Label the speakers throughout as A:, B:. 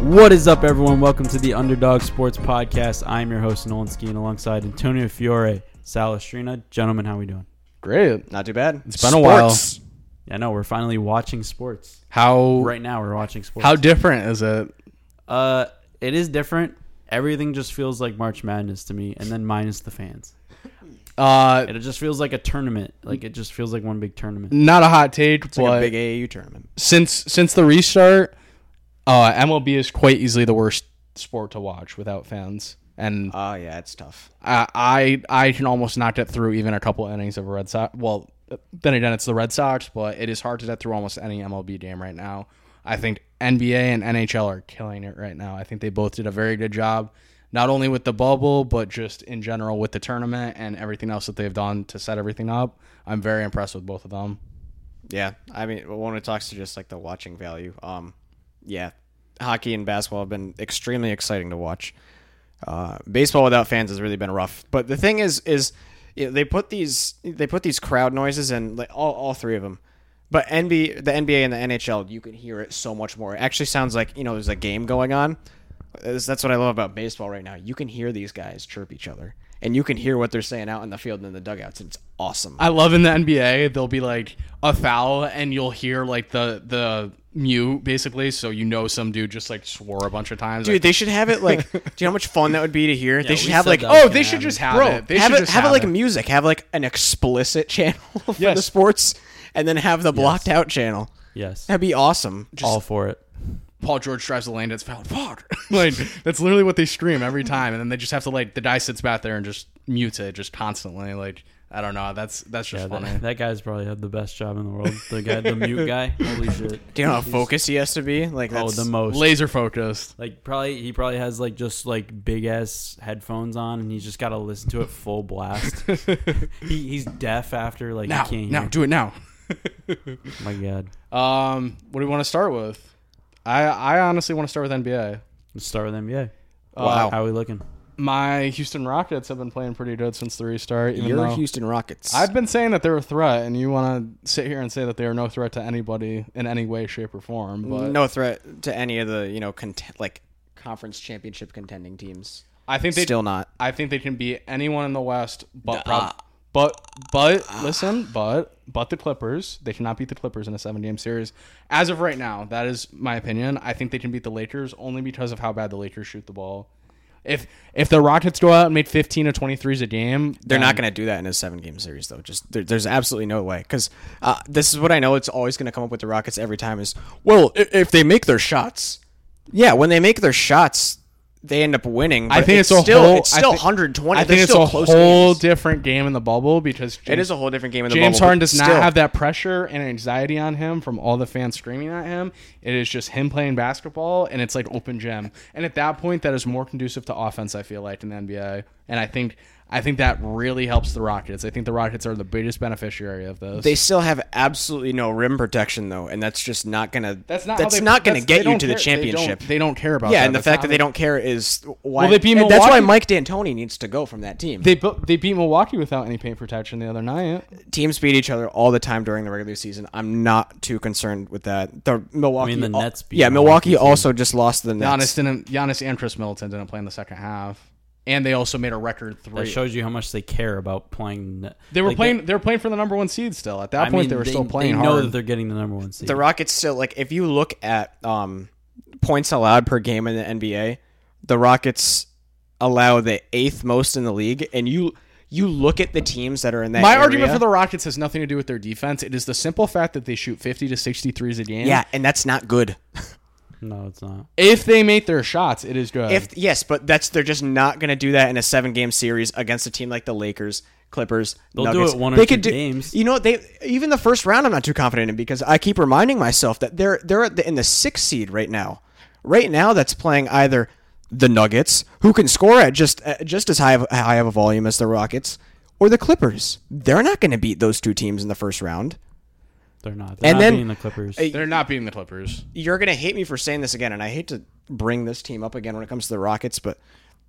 A: What is up, everyone? Welcome to the Underdog Sports Podcast. I'm your host Nolan Skeen, alongside Antonio Fiore, Salestrina. Gentlemen, how we doing?
B: Great.
C: Not too bad.
B: It's been a while.
D: Sports.
A: Yeah, no, we're finally watching sports.
B: How
A: Right now, we're watching sports.
B: how different is it?
A: uh, it is different. Everything just feels like March Madness to me, and then minus the fans.
B: Uh,
A: It just feels like a tournament. Like it just feels like one big tournament.
B: not a hot take,
C: It's like
B: but
C: a big AAU tournament.
B: since since the restart, uh, MLB is quite easily the worst sport to watch without fans, and
C: Oh yeah, it's tough.
B: I I, I can almost not get through even a couple innings of a Red Sox. Well, then again, it's the Red Sox, but it is hard to get through almost any MLB game right now. I think NBA and NHL are killing it right now. I think they both did a very good job, not only with the bubble, but just in general with the tournament and everything else that they've done to set everything up. I'm very impressed with both of them.
C: Yeah, I mean, when it talks to just like the watching value, um, yeah, hockey and basketball have been extremely exciting to watch. Uh, baseball without fans has really been rough. But the thing is, is you know, they put these they put these crowd noises in like all, all three of them. But NBA, the NBA and the NHL, you can hear it so much more. It actually sounds like you know there's a game going on. That's that's what I love about baseball right now. You can hear these guys chirp each other, and you can hear what they're saying out in the field and in the dugouts. And it's awesome.
B: I love in the NBA there'll be like a foul and you'll hear like the the mute basically, so you know some dude just like swore a bunch of times.
C: Dude,
B: Like,
C: they should have it like. do you know how much fun that would be to hear? they should
A: we
C: have
A: said
C: like.
A: that.
C: Oh,
B: oh, they should just have
C: bro,
B: it. They
C: have
B: should
C: it.
B: just
C: have, it
B: have
C: like music. Have like an explicit channel for the
B: Yes.
C: sports, and then have the blocked out channel.
A: Yes,
C: That'd be awesome. Just
A: all for it.
B: Paul George drives the lane. It's foul. Fuck. like that's literally what they scream every time, and then they just have to like the guy sits back there and just mutes it just constantly. Like I don't know. That's that's just
A: Yeah,
B: funny.
A: that, that guy's probably had the best job in the world. The guy, the mute guy. Holy shit!
C: do you know how focused he has to be? Like
A: Oh,
C: that's,
A: the most.
B: Laser focused.
A: Like probably he probably has like just like big ass headphones on and he's just got to listen to it full blast. he, he's deaf after like
B: Now,
A: he can't
B: now,
A: hear.
B: do it now.
A: My God,
B: Um, what do we want to start with? I I honestly want to start with NBA.
A: let's start with NBA.
C: Wow.
A: how are we looking?
B: My Houston Rockets have been playing pretty good since the restart. Even
C: Your
B: though
C: Houston Rockets.
B: I've been saying that they're a threat, and you want to sit here and say that they are no threat to anybody in any way, shape, or form. But
C: no threat to any of the you know cont- like conference championship contending teams.
B: I think they
C: Still not.
B: I think they can beat anyone in the West, but prob- but but listen, but but the Clippers. They cannot beat the Clippers in a seven game series. As of right now, that is my opinion. I think they can beat the Lakers only because of how bad the Lakers shoot the ball. If if the Rockets go out and make fifteen or twenty threes a game,
C: They're not going to do that in a seven game series, though. Just there, there's absolutely no way. Because uh, this is what I know. It's always going to come up with the Rockets every time. Is well, i- if they make their shots, yeah. When they make their shots, they end up winning.
B: I
C: but
B: think it's, a
C: still
B: whole.
C: it's
B: I
C: still
B: thi-
C: 120.
B: I think
C: They're
B: it's
C: still
B: a
C: close
B: whole
C: games.
B: different game in the bubble because
C: It
B: James-
C: is a whole different game in the
B: James
C: bubble, but
B: Harden does
C: still,
B: not have that pressure and anxiety on him from all the fans screaming at him. It is just him playing basketball, and it's like open gym. And at that point, that is more conducive to offense. I feel like in the NBA, and I think I think that really helps the Rockets. I think the Rockets are the biggest beneficiary of this.
C: They still have absolutely no rim protection though, and that's just not going to.
B: that's not how
C: That's
B: they-
C: not going to
B: that's- they
C: get you
B: don't
C: to the
B: care- they don't-
C: championship.
B: They don't, care about.
C: yeah,
B: that.
C: and the
B: That's
C: fact
B: not
C: that
B: how
C: they don't care is why.
B: Well, they beat
C: and that's why
B: Milwaukee-
C: Mike D'Antoni needs to go from that team.
B: They bu- they beat Milwaukee without any paint protection the other night.
C: teams beat each other all the time during the regular season. I'm not too concerned with that. The Milwaukee,
A: I mean, the
C: al-
A: Nets beat
C: yeah,
A: Milwaukee,
C: Milwaukee,
A: too.
C: also just lost to the
B: Giannis
C: Nets.
B: didn't. Giannis and Chris Middleton didn't play in the second half, and they also made a record
A: That
B: three.
A: shows you how much they care about playing. the-
B: They were
A: like,
B: playing. They, were playing for the number one seed still. At that
A: I
B: point,
A: mean,
B: they were still playing
A: They
B: hard.
A: know that they're getting the number one seed.
C: The Rockets still like if you look at um, points allowed per game in the NBA, the Rockets allow the eighth most in the league, and you you look at the teams that are in that.
B: My
C: area-
B: argument for the Rockets has nothing to do with their defense. It is the simple fact that they shoot 50 to 60 threes a game.
C: yeah, and that's not good.
A: no, it's not.
B: If they make their shots, it is good.
C: If yes, but that's they're just not going to do that in a seven game series against a team like the Lakers, Clippers.
A: They'll do
C: Nuggets.
A: it one or
C: they
A: two
C: could do,
A: games.
C: You know what? They even the first round, I'm not too confident in because I keep reminding myself that they're they're at the, in the sixth seed right now. Right now, that's playing either the Nuggets, who can score at just uh, just as high of, high of a volume as the Rockets, or the Clippers. They're not going to beat those two teams in the first round.
A: They're not. They're
C: And
A: not
C: then-
A: beating the Clippers.
C: Uh,
B: they're not beating the Clippers.
C: you're gonna hate me for saying this again, and I hate to bring this team up again when it comes to the Rockets, but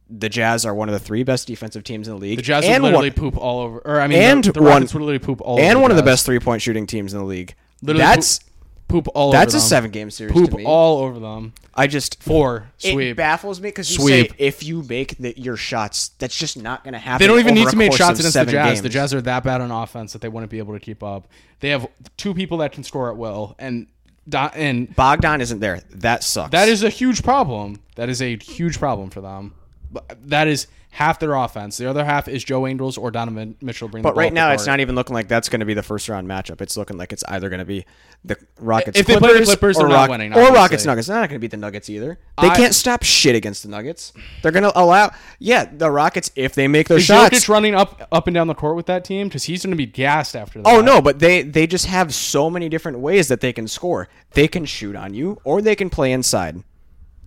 C: the Jazz are one of the three best defensive teams in the league.
B: The Jazz
C: and
B: would literally
C: one,
B: poop all over. Or I mean,
C: and
B: the, the
C: one-
B: Rockets would literally poop all over.
C: and one of the
B: Jazz.
C: best three point shooting teams in the league.
B: Literally
C: That's
B: poop all
C: That's a
B: over them.
C: seven game series.
B: poop
C: to me.
B: all over them.
C: I just
B: Four
C: It
B: sweep.
C: baffles me because you
B: Sweep.
C: say if you make the, your shots, that's just not going to happen.
B: they don't even
C: over
B: need
C: a
B: to make
C: course
B: shots
C: of
B: against the
C: seven
B: Jazz.
C: games.
B: The Jazz are that bad on offense that they wouldn't be able to keep up. They have two people that can score at will, and Do- and
C: Bogdan isn't there. That sucks.
B: that is a huge problem. That is a huge problem for them. But That is half their offense. The other half is Joe Ingles or Donovan Mitchell. Bring the
C: But
B: ball
C: right
B: up
C: now,
B: the
C: it's
B: court.
C: not even looking like that's going to be the first round matchup. It's looking like it's either going to be the Rockets,
B: If they play the Clippers,
C: or,
B: they're not
C: Rock-
B: winning,
C: or Rockets
B: obviously.
C: Nuggets. They're not going to beat the Nuggets either. They
B: I-
C: can't stop shit against the Nuggets. They're going to allow, yeah, the Rockets if they make their
B: Is
C: shots.
B: Jokic running up up and down the court with that team because he's going to be gassed after that.
C: Oh no, but they they just have so many different ways that they can score. They can shoot on you, or they can play inside,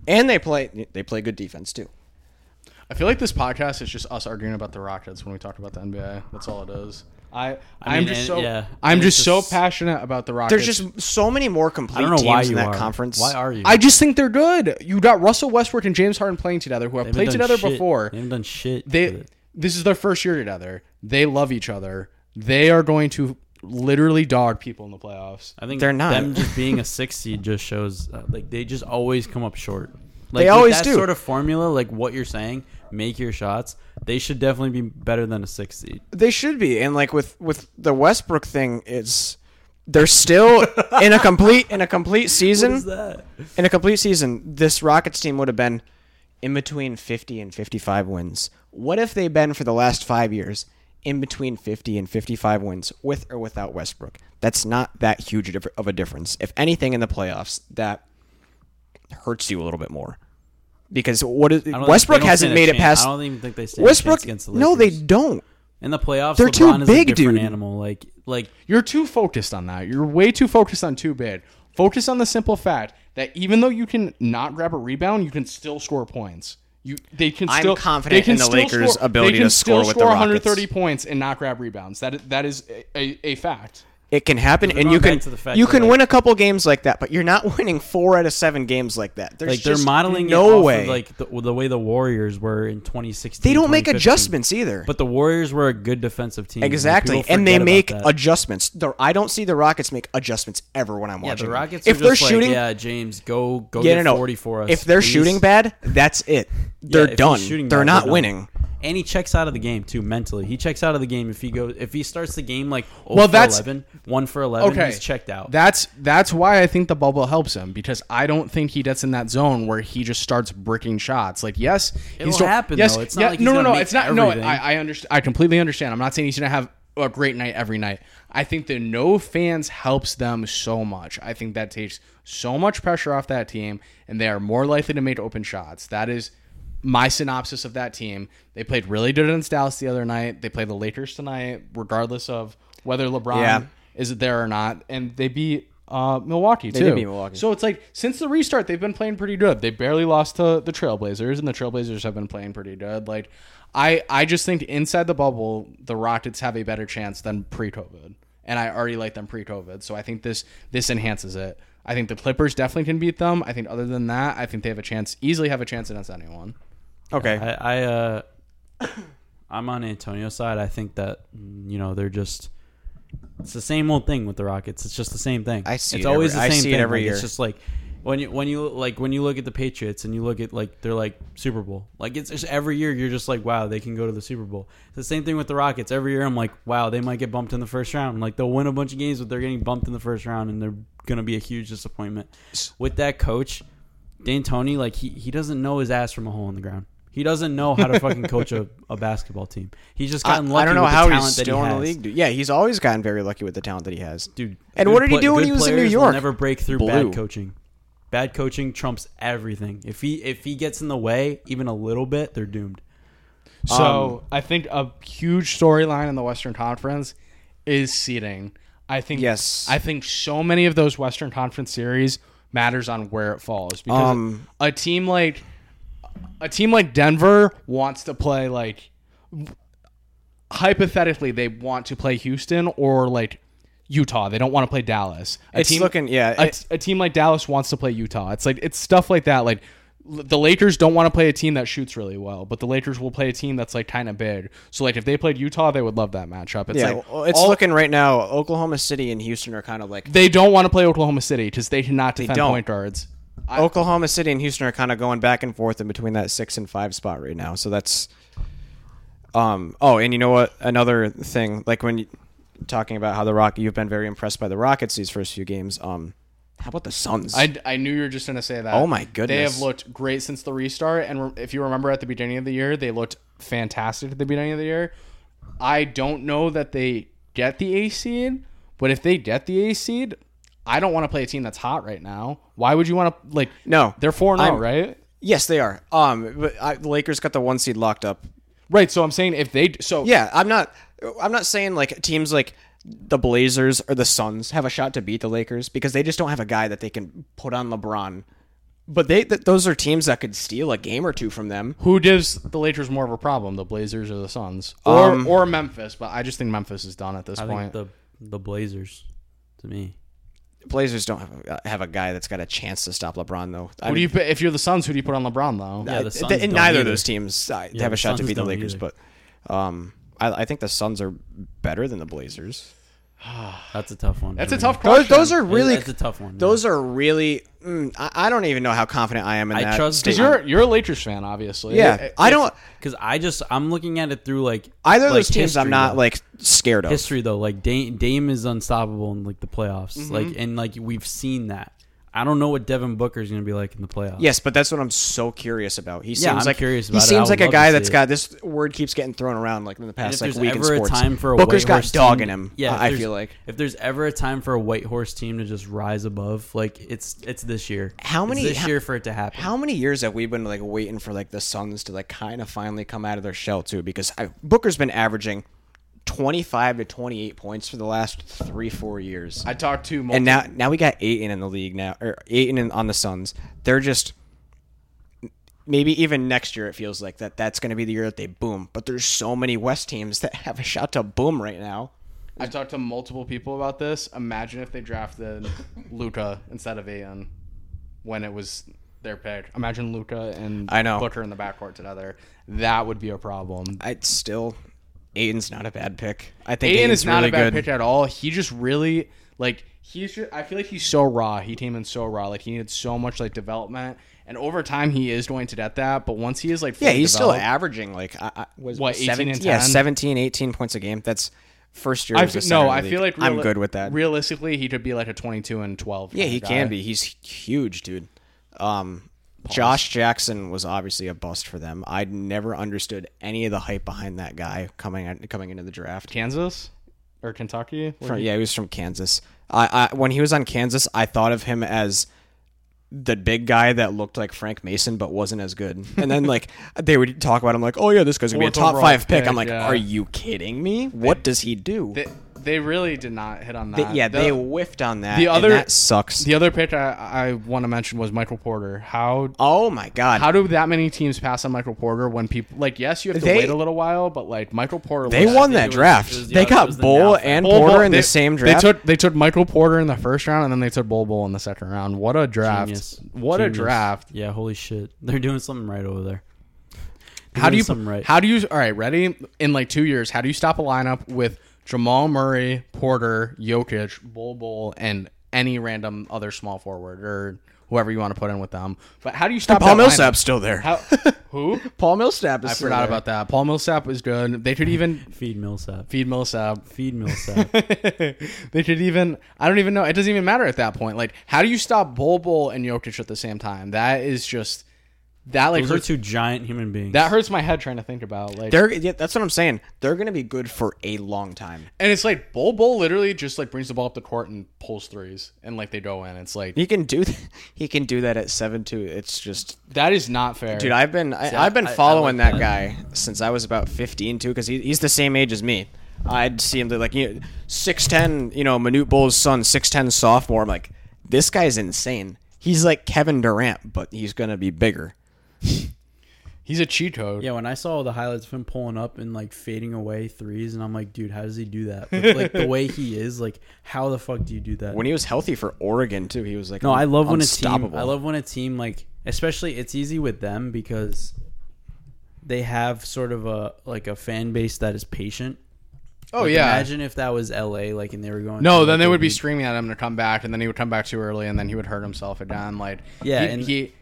C: and they play they play good defense too.
B: I feel like this podcast is just us arguing about the Rockets when we talk about the NBA. That's all it is. I, I am
A: mean,
B: just
A: and-
B: so
A: yeah.
B: I'm
A: It's
B: just, so
A: just-
B: passionate about the Rockets.
C: There's just so many more complete
A: I don't know
C: teams
A: why
C: in
A: you
C: that
A: are.
C: conference.
A: Why are you?
B: I just think they're good. You got Russell Westbrook and James Harden playing together, who have
A: They haven't
B: played
A: done
B: together
A: shit.
B: before.
A: They haven't done shit. with
B: They
A: it.
B: this is their first year together. They love each other. They are going to literally dog people in the playoffs.
A: I think
C: They're not.
A: Them just being a six seed just shows uh, like they just always come up short. Like,
C: They
A: with
C: always
A: that
C: do.
A: Sort of formula, like what you're saying, make your shots. They should definitely be better than a six seed.
C: They should be, and like with with the Westbrook thing, it's they're still in a complete in a complete
A: What is
C: season.
A: that?
C: In a complete season, this Rockets team would have been in between fifty and fifty five wins. What if they've been for the last five years in between fifty and fifty five wins with or without Westbrook? That's not that huge a differ- of a difference. If anything, in the playoffs, that hurts you a little bit more. Because what is
A: I don't think-
C: Westbrook
A: they don't
C: hasn't
A: stand a
C: made it
A: chance.
C: past
A: I don't even think they stand Westbrook, a
C: Westbrook.
A: chance against the Lakers.
C: no, they don't.
A: in the playoffs.
C: They're
A: They're
C: too
A: LeBron too
C: big,
A: is a different
C: dude.
A: Animal, like like
B: You're too focused on that. You're way too focused on too big. Focus on the simple fact that even though you can not grab a rebound, you can still score points. You they can
C: I'm
B: still
C: confident
B: they can
C: in the
B: still
C: Lakers'
B: score,
C: ability
B: they can
C: to score
B: still
C: with the
B: score
C: Rockets.
B: 130 points and not grab rebounds. That that is a, a, a fact.
C: It can happen, and
A: going
C: you can
A: back to the fact
C: you
A: that,
C: can
A: like-
C: win a couple games like that, but you're not winning four out of seven games like that. There's
A: like they're
C: just
A: modeling it
C: no
A: off
C: way.
A: of, like the, the way the Warriors were in 2016.
C: they don't make
A: 2015.
C: adjustments either.
A: But the Warriors were a good defensive team. and
C: exactly,
A: people
C: and they
A: forget about
C: make
A: that.
C: adjustments. The, I don't see the Rockets make adjustments ever when I'm
A: Yeah,
C: watching.
A: the
C: them.
A: Rockets.
C: if
A: are
C: they're
A: just
C: shooting,
A: like, yeah, James, go go
C: yeah,
A: get
C: no, no.
A: 40 for us.
C: if they're
A: please."
C: shooting bad, that's it.
A: Yeah,
C: They're
A: if he's
C: done.
A: shooting
C: They're
A: bad,
C: not
A: done.
C: winning.
A: And he checks out of the game too mentally. He checks out of the game if he goes if he starts the game like 0
B: Well,
A: for
B: that's-
A: 11, 1 for 11,
B: Okay,
A: he's checked out.
B: That's that's why I think the bubble helps him because I don't think he gets in that zone where he just starts bricking shots. Like yes,
A: It'll
B: he's don't-
A: happen,
B: Yes,
A: though. It's
B: yeah,
A: not like he's
B: no, no,
A: gonna
B: no.
A: make
B: It's not.
A: everything.
B: No, I, I understand. I completely understand. I'm not saying he's gonna have a great night every night. I think the no fans helps them so much. I think that takes so much pressure off that team, and they are more likely to make open shots. That is my synopsis of that team. They played really good against Dallas the other night. They play the Lakers tonight, regardless of whether LeBron
C: Yeah.
B: is it there or not, and they beat uh, Milwaukee too.
C: did beat Milwaukee.
B: So it's like since the restart, they've been playing pretty good. They barely lost to the Trailblazers, and the Trailblazers have been playing pretty good. Like I, I just think inside the bubble, the Rockets have a better chance than pre-COVID, and I already like them pre-COVID. So I think this this enhances it. I think the Clippers definitely can beat them. I think other than that, I think they have a chance, easily have a chance against anyone.
C: Okay,
A: I, I uh I'm on Antonio's side. I think that you know, they're just it's the same old thing with the Rockets. It's just the same thing.
C: I see
A: It's
C: it
A: always
C: every-
A: the
C: I
A: same
C: see it
A: thing.
C: every
A: Like,
C: year.
A: It's just like when you when you like when you look at the Patriots and you look at like they're like Super Bowl. Like it's just every year you're just like wow they can go to the Super Bowl. It's the same thing with the Rockets. Every year I'm like wow they might get bumped in the first round. Like they'll win a bunch of games but they're getting bumped in the first round and they're gonna be a huge disappointment. With that coach, D'Antoni, like he he doesn't know his ass from a hole in the ground. He doesn't know how to fucking coach a, a basketball team. He's just
C: I,
A: gotten lucky.
C: I don't know
A: with
C: how
A: the talent
C: he's
A: that he
C: still in the
A: has
C: league. Dude. Yeah, he's always gotten very lucky with the talent that he has.
A: dude.
C: And
A: good
C: what did he
A: pla-
C: do when
A: good
C: he was in New
A: players will
C: York?
A: Never break through
C: Blue.
A: bad coaching. Bad coaching trumps everything. If he if he gets in the way even a little bit, they're doomed.
B: So
C: Um,
B: I think a huge storyline in the Western Conference is seeding. I think
C: Yes.
B: I think so many of those Western Conference series matters on where it falls because
C: Um,
B: a team like a team like Denver wants to play like hypothetically they want to play Houston or like Utah. They don't want to play Dallas. A
C: It's looking- yeah,
B: A,
C: it-
B: a team like Dallas wants to play Utah. It's like it's stuff like that. Like L- The Lakers don't want to play a team that shoots really well, but the Lakers will play a team that's like kind of big. So like if they played Utah, they would love that matchup. It's
C: yeah,
B: like
C: well, it's
B: all-
C: looking right now. Oklahoma City and Houston are kind of like
B: they don't want to play Oklahoma City because they cannot defend
C: don't.
B: point guards.
C: Oklahoma City and Houston are kind of going back and forth in between that six and five spot right now. So that's, um, oh, and you know what? Another thing, like when you, talking about how the Rock, you've been very impressed by the Rockets these first few games. Um, how about the Suns?
B: I, I knew you were just going to say that.
C: Oh my
B: They
C: goodness.
B: have looked great since the restart. And re- if you remember at the beginning of the year, they looked fantastic at the beginning of the year. I don't know that they get the A seed, but if they get the A seed, I don't want to play a team that's hot right now. Why would you want to, like,
C: no,
B: they're 4 0,
C: I'm-
B: right?
C: Yes, they are. Um, but I, the Lakers got the one seed locked up.
B: Right. So I'm saying if they, so
C: Yeah, I'm not. I'm not saying like teams like the Blazers or the Suns have a shot to beat the Lakers because they just don't have a guy that they can put on LeBron. But they th- those are teams that could steal a game or two from them.
B: who gives the Lakers more of a problem, the Blazers or the Suns? Or,
C: Um,
B: or Memphis, but I just think Memphis is done at this
A: I
B: point.
A: think the the Blazers, to me,
C: Blazers don't have a, uh, have a guy that's got a chance to stop LeBron though. I
B: who do
C: mean,
B: you put, if you're the Suns, who do you put on LeBron, though?
A: Yeah, the
C: I-
A: Suns
C: th-
A: don't
C: neither of
A: either.
C: those teams uh,
A: Yeah,
C: have
A: the
C: a shot
A: Suns
C: to beat the
A: don't
C: Lakers,
A: either.
C: but um, I, I think the Suns are better than the Blazers.
A: that's a tough one.
B: That's
A: for
B: a
A: me.
B: tough question.
C: Those, those are
A: It-
C: really
A: that's a tough one. yeah.
C: those are really. Mm, I, I don't even know how confident I am in
A: I
C: that.
A: trust- 'Cause
B: Because
C: statement.
B: you're you're a Lakers fan, obviously.
C: Yeah,
B: It-
C: I don't.
A: because I just I'm looking at it through like
C: Either of
A: like,
C: those teams, I'm
A: history,
C: not
A: though.
C: like scared of.
A: history though. Like Dame, Dame is unstoppable in like the playoffs.
C: Mm-hmm.
A: Like and like we've seen that. I don't know what Devin Booker is going to be like in the playoffs.
C: Yes, but that's what I'm so curious about. He seems
A: I'm
C: like
A: curious
C: he
A: about it. I
C: seems
A: would
C: like a
A: love to
C: guy
A: see
C: that's
A: it.
C: got this word keeps getting thrown around like in the
A: And
C: past
A: if
C: like
A: there's
C: week in
A: ever a
C: sports.
A: time for a
C: Booker's
A: white
C: got
A: horse
C: dog
A: team,
C: in him.
A: Yeah,
C: Yeah,
A: if
C: I
A: there's-
C: feel like
A: if there's ever a time for a white horse team to just rise above, like it's it's this year.
C: How
A: It's
C: many-
A: this
C: how-
A: year for it to happen?
C: how many years have we been like waiting for like the Suns to like kind of finally come out of their shell too? Because I, Booker's been averaging 25 to 28 points for the last three four years,
B: I talked to multi-
C: and now now we got Aiton in the league now or Aiton in, on the Suns. They're just maybe even next year it feels like that that's going to be the year that they boom. But there's so many West teams that have a shot to boom right now.
B: I talked to multiple people about this. Imagine if they drafted Luca instead of Ayan when it was their pick. Imagine Luca and
C: I know.
B: Booker in the backcourt together. That would be a problem.
C: I'd still Aiden's not a bad pick. I think
B: Ayan
C: Aiden's
B: is not
C: really
B: a bad
C: good.
B: pick at all. He just really like he's. Just, I feel like he's so raw. He came in so raw. Like he needed so much like development. And over time, he is going to get that. But once he is like
C: Yeah,
B: fully
C: he's still
B: developed-
C: averaging like I, I, was
B: What, 18
C: 17
B: and
C: yeah,
B: 10?
C: 17, 18 points a game. That's first year.
B: I
C: as a
B: fe-
C: center
B: no,
C: in the
B: I
C: league.
B: feel like
C: I'm
B: reali-
C: good with that.
B: Realistically, he could be like a 22 and 12.
C: yeah,
B: kinda
C: he
B: guy.
C: can be. He's huge, dude. Um, Josh Jackson was obviously a bust for them. I never understood any of the hype behind that guy coming out, coming into the draft.
B: Kansas or Kentucky.
C: From- yeah, he was from Kansas. I, I when he was on Kansas, I thought of him as the big guy that looked like Frank Mason but wasn't as good. And then like they would talk about him like, "Oh yeah, this guy's going to be a
B: Fourth
C: top
B: overall
C: 5 pick."
B: pick,
C: I'm like,
B: yeah.
C: "Are you kidding me? What does he do?"
B: They, they really did not hit on
C: They-
B: that.
C: yeah,
B: the,
C: they whiffed on that.
B: the
C: and
B: other-
C: that sucks.
B: the other pick I, I want to mention was Michael Porter. How
C: oh my god,
B: how do that many teams pass on Michael Porter when people like yes you have to
C: They-
B: wait a little while, but like Michael Porter
C: they
B: looks-
C: won
A: it
C: that
A: was-
C: draft.
A: it was the
C: they
A: other- it
C: got
A: was the
C: Bull
A: now thing.
C: and
B: Bol
C: Porter
B: Bol-
C: in
B: they-
C: the same draft.
B: They took they took Michael Porter in the first round and then they took Bol Bol in the second round. What a draft!
A: Genius.
B: What
A: Genius.
B: a draft!
A: Yeah, holy shit, they're doing something right over there. They're
B: How do
A: doing
B: you
A: something right?
B: How do you all right? Ready in like two years? How do you stop a lineup with Jamal Murray, Porter, Jokic, Bol Bol, and any random other small forward or whoever you want to put in with them? But how do you stop
C: Paul
B: that lineup?
C: Millsap's still there.
B: How, who?
C: Paul Millsap is
B: I forgot about that. Paul Millsap is good. They could even
A: feed Millsap?
B: feed Millsap.
A: Feed Millsap.
B: they could even. I don't even know. It doesn't even matter at that point. Like, how do you stop Bol Bol and Jokic at the same time? That is just that like
A: Those are
B: hurts.
A: two giant human beings.
B: That hurts my head trying to think about. Like,
C: They're yeah, that's what I'm saying. They're going to be good for a long time.
B: And it's like Bol Bol literally just like brings the ball up the court and pulls threes, and like they go in. It's like
C: He can do th- he can do that at 7-2. It's just
B: that is not fair,
C: Dude, I've been I, I've been
A: I- I
C: following
A: like
C: that, guy since I was about fifteen too, because he, he's the same age as me. I'd see him they're like six ten, you know, Manute Bull's son, six ten sophomore. I'm like, this guy's insane. He's like Kevin Durant, but he's gonna be bigger.
B: He's a cheat code.
A: Yeah, when I saw the highlights of him pulling up and like fading away threes, and I'm like, dude, how does he do that? With, like the way he is, like how the fuck do you do that?
C: When he was healthy for Oregon too, he was like,
A: no, I love when a team.
C: unstoppable.
A: I love when a team like especially it's easy with them because they have sort of a like a fan base that is patient.
B: Oh
A: Like,
B: yeah.
A: Imagine if that was L.A. like and they were going.
B: No,
A: through,
B: then
A: like,
B: they
A: a
B: would be
A: week.
B: screaming at him to come back, and then he would come back too early, and then he would hurt himself again. Like,
A: Yeah,
B: he,
A: and-
B: he-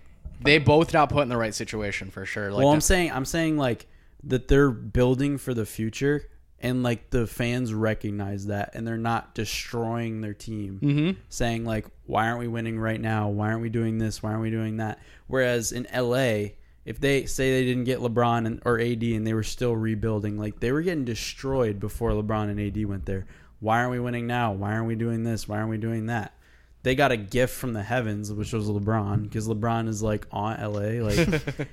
B: they both not put in the right situation for sure. Like,
A: well, I'm saying I'm saying like that they're building for the future, and like the fans recognize that, and they're not destroying their team, mm-hmm. saying like, "Why aren't we winning right now? Why aren't we doing this? Why aren't we doing that?" Whereas in LA, if they say they didn't get LeBron and, or AD, and they were still rebuilding, like they were getting destroyed before LeBron and AD went there. Why aren't we winning now? Why aren't we doing this? Why aren't we doing that? they got a gift from the heavens, which was LeBron, because LeBron is like on LA, like,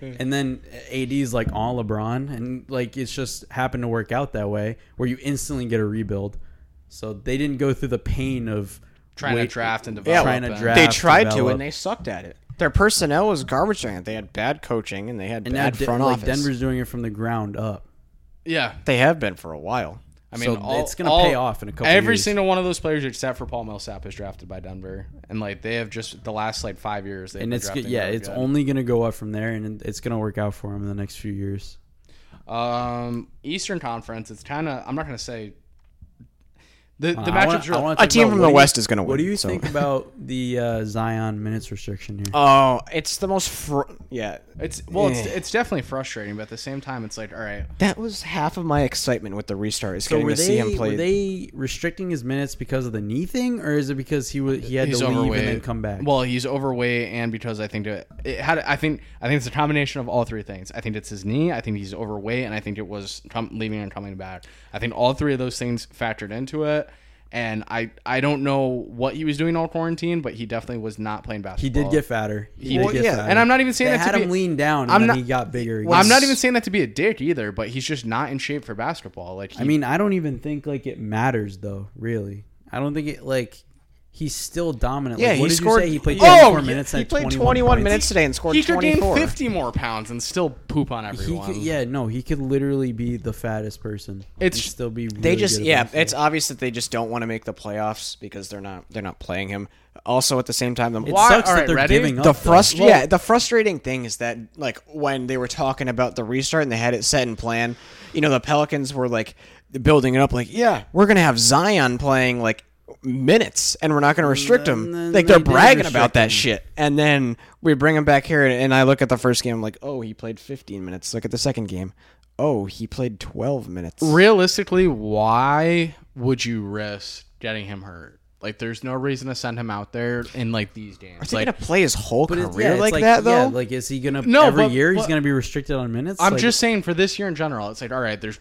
A: and then AD is like on LeBron, and like it's just happened to work out that way, where you instantly get a rebuild. So they didn't go through the pain of
B: trying to
A: wait-
B: draft and
C: Yeah,
B: develop.
A: trying to
B: and-
A: draft.
C: they tried to,
A: develop.
C: and they sucked at it. Their personnel was garbage. Giant. They had bad coaching, and they had
A: And now
C: bad
A: De-
C: front
A: like
C: office.
A: Denver's doing it from the ground up.
B: Yeah,
C: they have been for a while.
B: I mean,
A: So
B: all-
A: it's gonna
B: all-
A: pay off in a couple
B: Every
A: years.
B: single one of those players, except for Paul Millsap, is drafted by Denver, and like they have just the last like five years. They've
A: and
B: been
A: it's
B: drafting
A: yeah,
B: really
A: it's
B: good.
A: only gonna go up from there, and it's gonna work out for him in the next few years.
B: um Eastern Conference. It's kind of I'm not gonna say the the
A: Uh, I
B: matchups.
A: wanna- I
B: are-
A: wanna
C: A
A: talk
C: team
A: about
C: from
A: what
C: the
A: do you-
C: West is going to win.
A: What do you
C: so-
A: think about the uh, Zion minutes restriction here?
C: Oh, it's the most. Fr- yeah,
B: it's well, it's
C: Yeah.
B: it's definitely frustrating, but at the same time, it's like all right.
C: that was half of my excitement with the restart. Is
A: So
C: getting
A: were
C: to see
A: they,
C: him play.
A: were they restricting his minutes because of the knee thing, or is it because he was he had
B: he's
A: to leave
B: overweight
A: and then come back?
B: Well, he's overweight, and because I think to, it had, I think I think it's a combination of all three things. I think it's his knee. I think he's overweight, and I think it was com- leaving and coming back. I think all three of those things factored into it. And I I don't know what he was doing all quarantine, but he definitely was not playing basketball.
A: he did get fatter. He
C: Well,
A: did get
C: yeah,
A: fatter.
B: and I'm not even saying
A: they
B: that
A: had
B: to
A: him
B: be-
A: lean down, and
B: I'm
A: then
B: not-
A: he got bigger.
B: Well, I'm
A: again.
B: not even saying that to be a dick either, but he's just not in shape for basketball. Like he,
A: I mean, I don't even think like it matters though. Really, I don't think it like he's still dominant.
C: yeah,
A: like, what
C: he
A: did
C: scored.
A: you say? He played
C: Oh,
A: 24
C: yeah,
A: minutes.
C: He
A: and
C: played
A: 21
C: 21
A: points.
C: minutes today and scored
B: he could gain
C: 24.
B: 50 more pounds and still poop on
A: He
B: everyone.
A: could, yeah, no, he could literally be the fattest person.
B: It's-
A: and still be. Really
C: They just
A: good at
C: yeah,
A: basketball.
C: it's obvious that they just don't want to make the playoffs because they're not they're not playing him. Also at the same time, the
A: it
B: Why-
A: sucks
B: all
A: that
B: right,
A: they're
B: ready?
A: giving up.
C: the
A: though.
C: frust yeah, the frustrating thing is that like when they were talking about the restart and they had it set in plan, you know, the Pelicans were like building it up like, yeah, we're going to have Zion playing like minutes and we're not going to restrict
A: And
C: him.
A: then
C: Like
A: they
C: they're
A: did
C: bragging
A: restrict
C: about that
A: him.
C: shit. And then we bring him back here and I look at the first game I'm like, "Oh, he played 15 minutes." Look at the second game. "Oh, he played 12 minutes."
B: realistically, why would you risk getting him hurt? Like, there's no reason to send him out there in like these games.
C: Is he
B: Like,
C: gonna play his whole
A: But
C: career
A: it's- yeah, it's
C: like, that though?
A: Yeah, like is he gonna
B: No,
A: every
B: but-
A: year he's
B: but-
A: gonna be restricted on minutes?
B: I'm
A: Like,
B: just saying for this year in general, it's like, all right, there's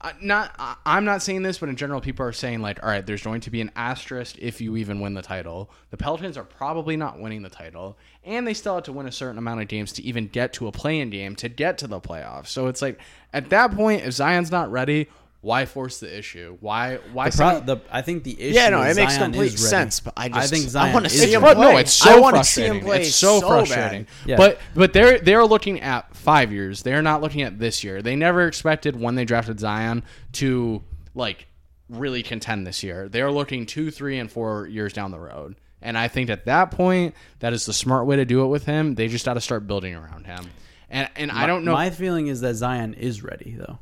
B: I- not. I- I'm not saying this, but in general, people are saying like, all right, there's going to be an asterisk if you even win the title. The Pelicans are probably not winning the title, and they still have to win a certain amount of games to even get to a play-in game to get to the playoffs. So it's like, at that point, if Zion's not ready, why force the issue? Why? Why?
A: the
B: send him-
A: pro- the- I think the issue.
C: Yeah, no, it
A: is
C: makes
A: Zion
C: complete
A: is ready.
C: sense, but I just-
A: think
C: I
A: Zion.
C: wanna
A: is
C: see him
A: ready.
B: But no,
C: play.
B: it's so
C: I wanna see him
B: frustrating.
C: play
B: it's so,
C: so bad.
B: frustrating.
A: Yeah.
B: But but they're they're looking at five years. They're not looking at this year. They never expected when they drafted Zion to like really contend this year. They're looking two, three, and four years down the road. And I think at that point, that is the smart way to do it with him. They just got to start building around him. And and I don't know.
A: My feeling is that Zion is ready though,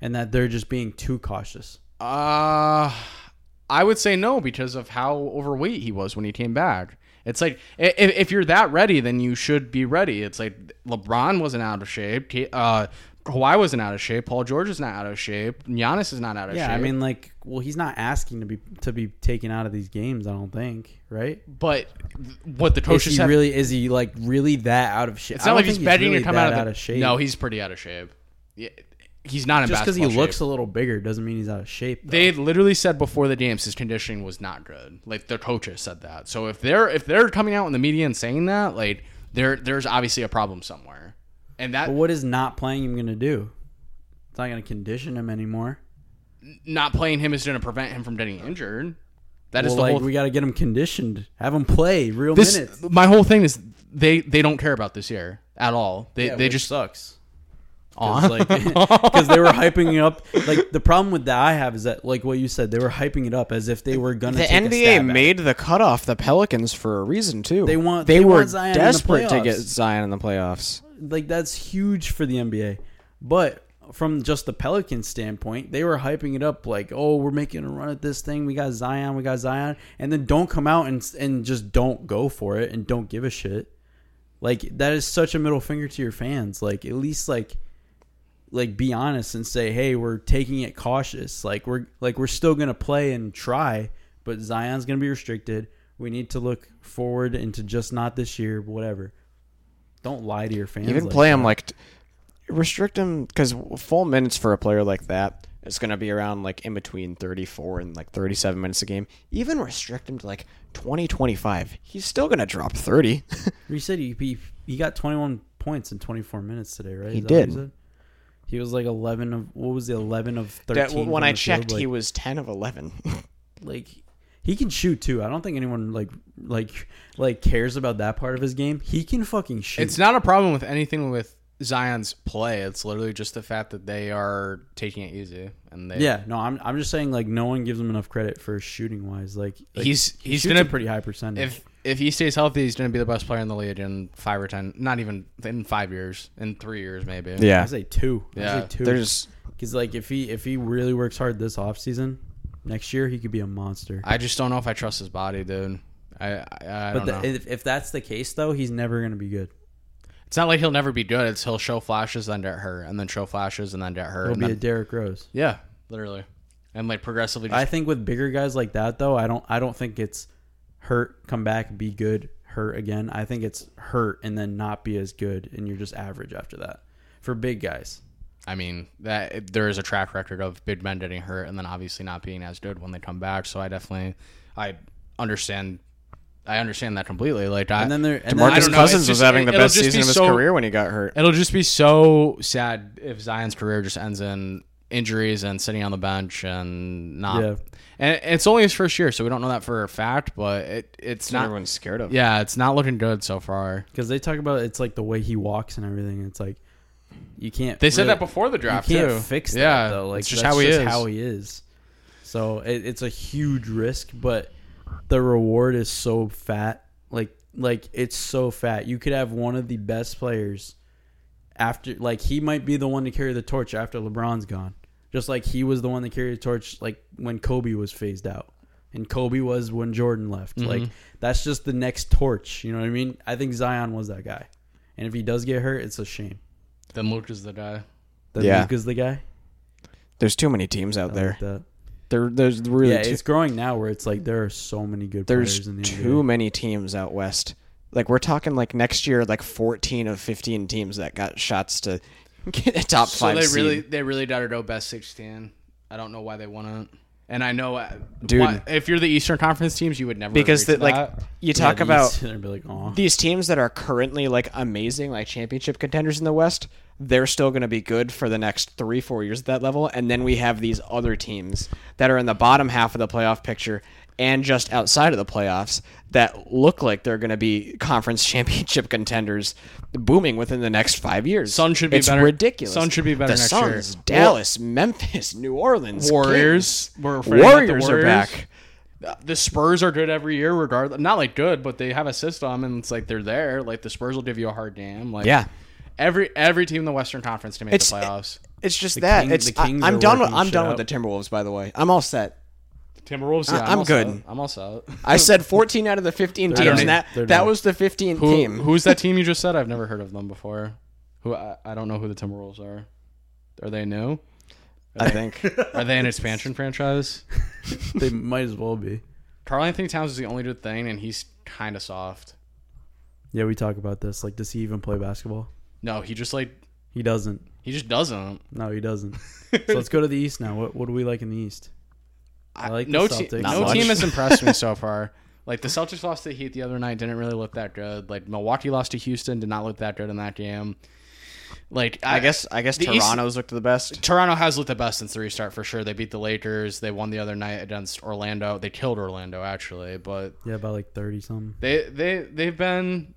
A: and that they're just being too cautious.
B: Uh, I would say no because of how overweight he was when he came back. It's like i- if, if you're that ready, then you should be ready. It's like LeBron wasn't out of shape. K- Uh, Kawhi wasn't out of shape. Paul George is not out of shape. Giannis is not out of
A: Yeah,
B: shape.
A: I mean, like, well, he's not asking to be to be taken out of these games. I don't think, right?
B: but th- what the
A: Is
B: coaches
A: he
B: have,
A: really? Is he like really that out of shape?
B: it's not like he's begging
A: really
B: to come
A: that
B: out of, the,
A: shape.
B: No, he's pretty out of shape. Yeah, He's not in
A: just because he
B: basketball
A: looks
B: shape.
A: a little bigger doesn't mean he's out of shape. though.
B: They literally said before the games his conditioning was not good. Like their coaches said that. So if they're if they're coming out in the media and saying that, like there there's obviously a problem somewhere. And that
A: But what is not playing him going to do? It's not going to condition him anymore.
B: not playing him is going to prevent him from getting injured. That is
A: Well,
B: the
A: like
B: whole
A: we got to get him conditioned, have him play real
B: this
A: minutes.
B: my whole thing is they they don't care about this year at all. They they
A: which
B: just
A: sucks. Because they were hyping it up. Like the problem with that I have is that, like what you said, they were hyping it up as if they were gonna.
C: The
A: take a stab
C: NBA
A: at it.
C: made the cutoff the Pelicans for a reason too.
A: They want-
C: they,
A: they
C: were
A: want Zion in the
C: desperate to get
A: playoffs.
C: Zion in the playoffs.
A: like that's huge for the NBA. But from just the Pelican standpoint, they were hyping it up like, "Oh, we're making a run at this thing. We got Zion. We got Zion." And then don't come out and and just don't go for it and don't give a shit. Like that is such a middle finger to your fans. Like at least like like be honest and say, "Hey, we're taking it cautious. Like we're like we're still going to play and try, but Zion's going to be restricted. We need to look forward into just not this year, but whatever." Don't lie to your fans.
C: Even
A: like
C: play
A: that.
C: him like t- restrict him because full minutes for a player like that is going to be around like in between 34 and like 37 minutes a game. Even restrict him to like 20 25. He's still going to drop 30.
A: You said he, he he got 21 points in 24 minutes today, right?
C: He
A: Is that what you
C: did.
A: said? He was like 11 of what was the 11 of 13?
C: That- when
A: from
C: I
A: the field,
C: checked,
A: like,
C: he was 10 of 11.
A: like he can shoot too. I don't think anyone like like like cares about that part of his game. He can fucking shoot.
B: It's not a problem with anything with Zion's play. It's literally just the fact that they are taking it easy and they
A: yeah, no, I'm I'm just saying like no one gives him enough credit for shooting wise. Like, like,
B: He's-
A: he
B: he's
A: shoots
B: gonna-
A: a pretty high percentage.
B: If if he stays healthy, he's going to be the best player in the league in five or ten, not even in five years, in three years maybe.
A: I say two. I
B: Yeah,
A: say two.
C: There's
A: Because like if he if he really works hard this offseason, next year he could be a monster.
B: I just don't know if I trust his body, dude. I I, I
A: But
B: don't
A: the,
B: know.
A: if if that's the case though, he's never gonna be good.
B: it's not like he'll never be good. It's he'll show flashes, then get hurt, and then show flashes, and then get hurt.
A: He'll
B: and
A: be a
B: then-
A: Derrick Rose.
B: yeah, literally, and like progressively. Just,
A: I think with bigger guys like that though, I don't I don't think it's hurt, come back, be good, hurt again. I think it's hurt and then not be as good and you're just average after that. For big guys.
B: I mean, that there is a track record of big men getting hurt and then obviously not being as good when they come back. So I definitely, I understand, I understand that completely. Like, I,
A: And then there and
B: I
A: then,
C: Marcus
B: don't know, it's
C: Cousins was
B: just-
C: having the
B: it'll
C: best
B: just be
C: season of his
B: so-
C: career when he got hurt.
B: it'll just be so sad if Zion's career just ends in injuries and sitting on the bench and not.
A: Yeah.
B: And it's only his first year, so we don't know that for a fact. But it it's
C: Not,
B: not.
C: everyone's scared of him.
B: Yeah, it's not looking good so far.
A: because they talk about it's like the way he walks and everything. It's like you can't
B: They said
A: really-
B: that before the draft
A: you can't
B: too.
A: fix that
B: yeah,
A: though. Like
B: it's just
A: that's
B: how he
A: just
B: is.
A: how he is. So it, it's a huge risk, but the reward is so fat. Like like it's so fat. You could have one of the best players after like he might be the one to carry the torch after LeBron's gone. Just like he was the one that carried the torch like when Kobe was phased out. And Kobe was when Jordan left.
B: Mm-hmm.
A: Like that's just the next torch. You know what I mean? I think Zion was that guy. And if he does get hurt, it's a shame.
B: Then Luke is the guy.
A: That
C: Yeah.
A: Luke is the guy.
C: There's too many teams out
A: I
C: there.
A: like that.
C: There, there's really
A: Yeah,
C: too,
A: it's growing now where it's like there are so many good
C: there's
A: players in the
C: too
A: NBA.
C: many teams out west. Like we're talking like next year, like 14 of 15 teams that got shots to get a top
B: So
C: five.
B: they
C: seed.
B: really they really got to go best sixteen. I don't know why they wouldn't. And I know, uh,
C: Dude.
B: why- if you're the Eastern Conference teams, you would never
C: because
B: agree
C: the,
B: to
C: like
B: that.
C: you
A: Yeah,
C: talk
A: the
C: about
A: East, and they'd be like, "Aw."
C: these teams that are currently like amazing, like championship contenders in the West, they're still going to be good for the next three, four years at that level. And then we have these other teams that are in the bottom half of the playoff picture and just outside of the playoffs that look like they're going to be conference championship contenders booming within the next five years.
B: Sun should be
C: it's
B: better-
C: ridiculous.
B: Sun should be better
C: The
B: next year.
C: Suns, Dallas, Memphis, New Orleans,
B: Warriors.
C: Kings.
B: We're afraid about the
C: Warriors are
B: Warriors.
C: back.
B: the Spurs are good every year, regardless. Not like good, but they have a system, and it's like they're there. Like the Spurs will give you a hard damn. Like
C: Yeah.
B: every every team in the Western Conference to make
C: It's-
B: the playoffs.
C: It's just
A: The
C: that.
A: King-
C: it's
A: the Kings
C: I, am
A: are
C: done with
A: working
C: I'm
A: shit
C: done
A: out.
C: with the Timberwolves. By the way, I'm all set.
B: Timberwolves. Yeah,
C: Uh, I'm
B: all
C: good.
B: set. I'm all set.
C: I said 14 out of the 15 teams,
A: done.
C: and that
A: They're
C: that
A: done.
C: was the 15th
B: Who,
C: team.
B: Who's that team you just said? I've never heard of them before. Who I, I don't know who the Timberwolves are. Are they new?
C: I think
B: Are they an expansion franchise?
A: they might as well be.
B: Carl Anthony Towns is the only good thing, and he's kind of soft.
A: Yeah, we talk about this. Like, does he even play basketball?
B: No, he just like
A: He doesn't.
B: he just doesn't.
A: No, he doesn't. so let's go to the East now. What what do we like in the East? I like
B: no
A: the
B: te-
A: Celtics.
B: no
C: much.
B: team has impressed me so far. Like the Celtics lost to the Heat the other night, didn't really look that good. Like Milwaukee lost to Houston, did not look that good in that game. Like I,
C: I guess I guess
B: The East-
C: Toronto's looked the best.
B: Toronto has looked the best since the restart for sure. They beat the Lakers. They won the other night against Orlando. They killed Orlando actually, but
A: Yeah, about like thirty something.
B: they they they've been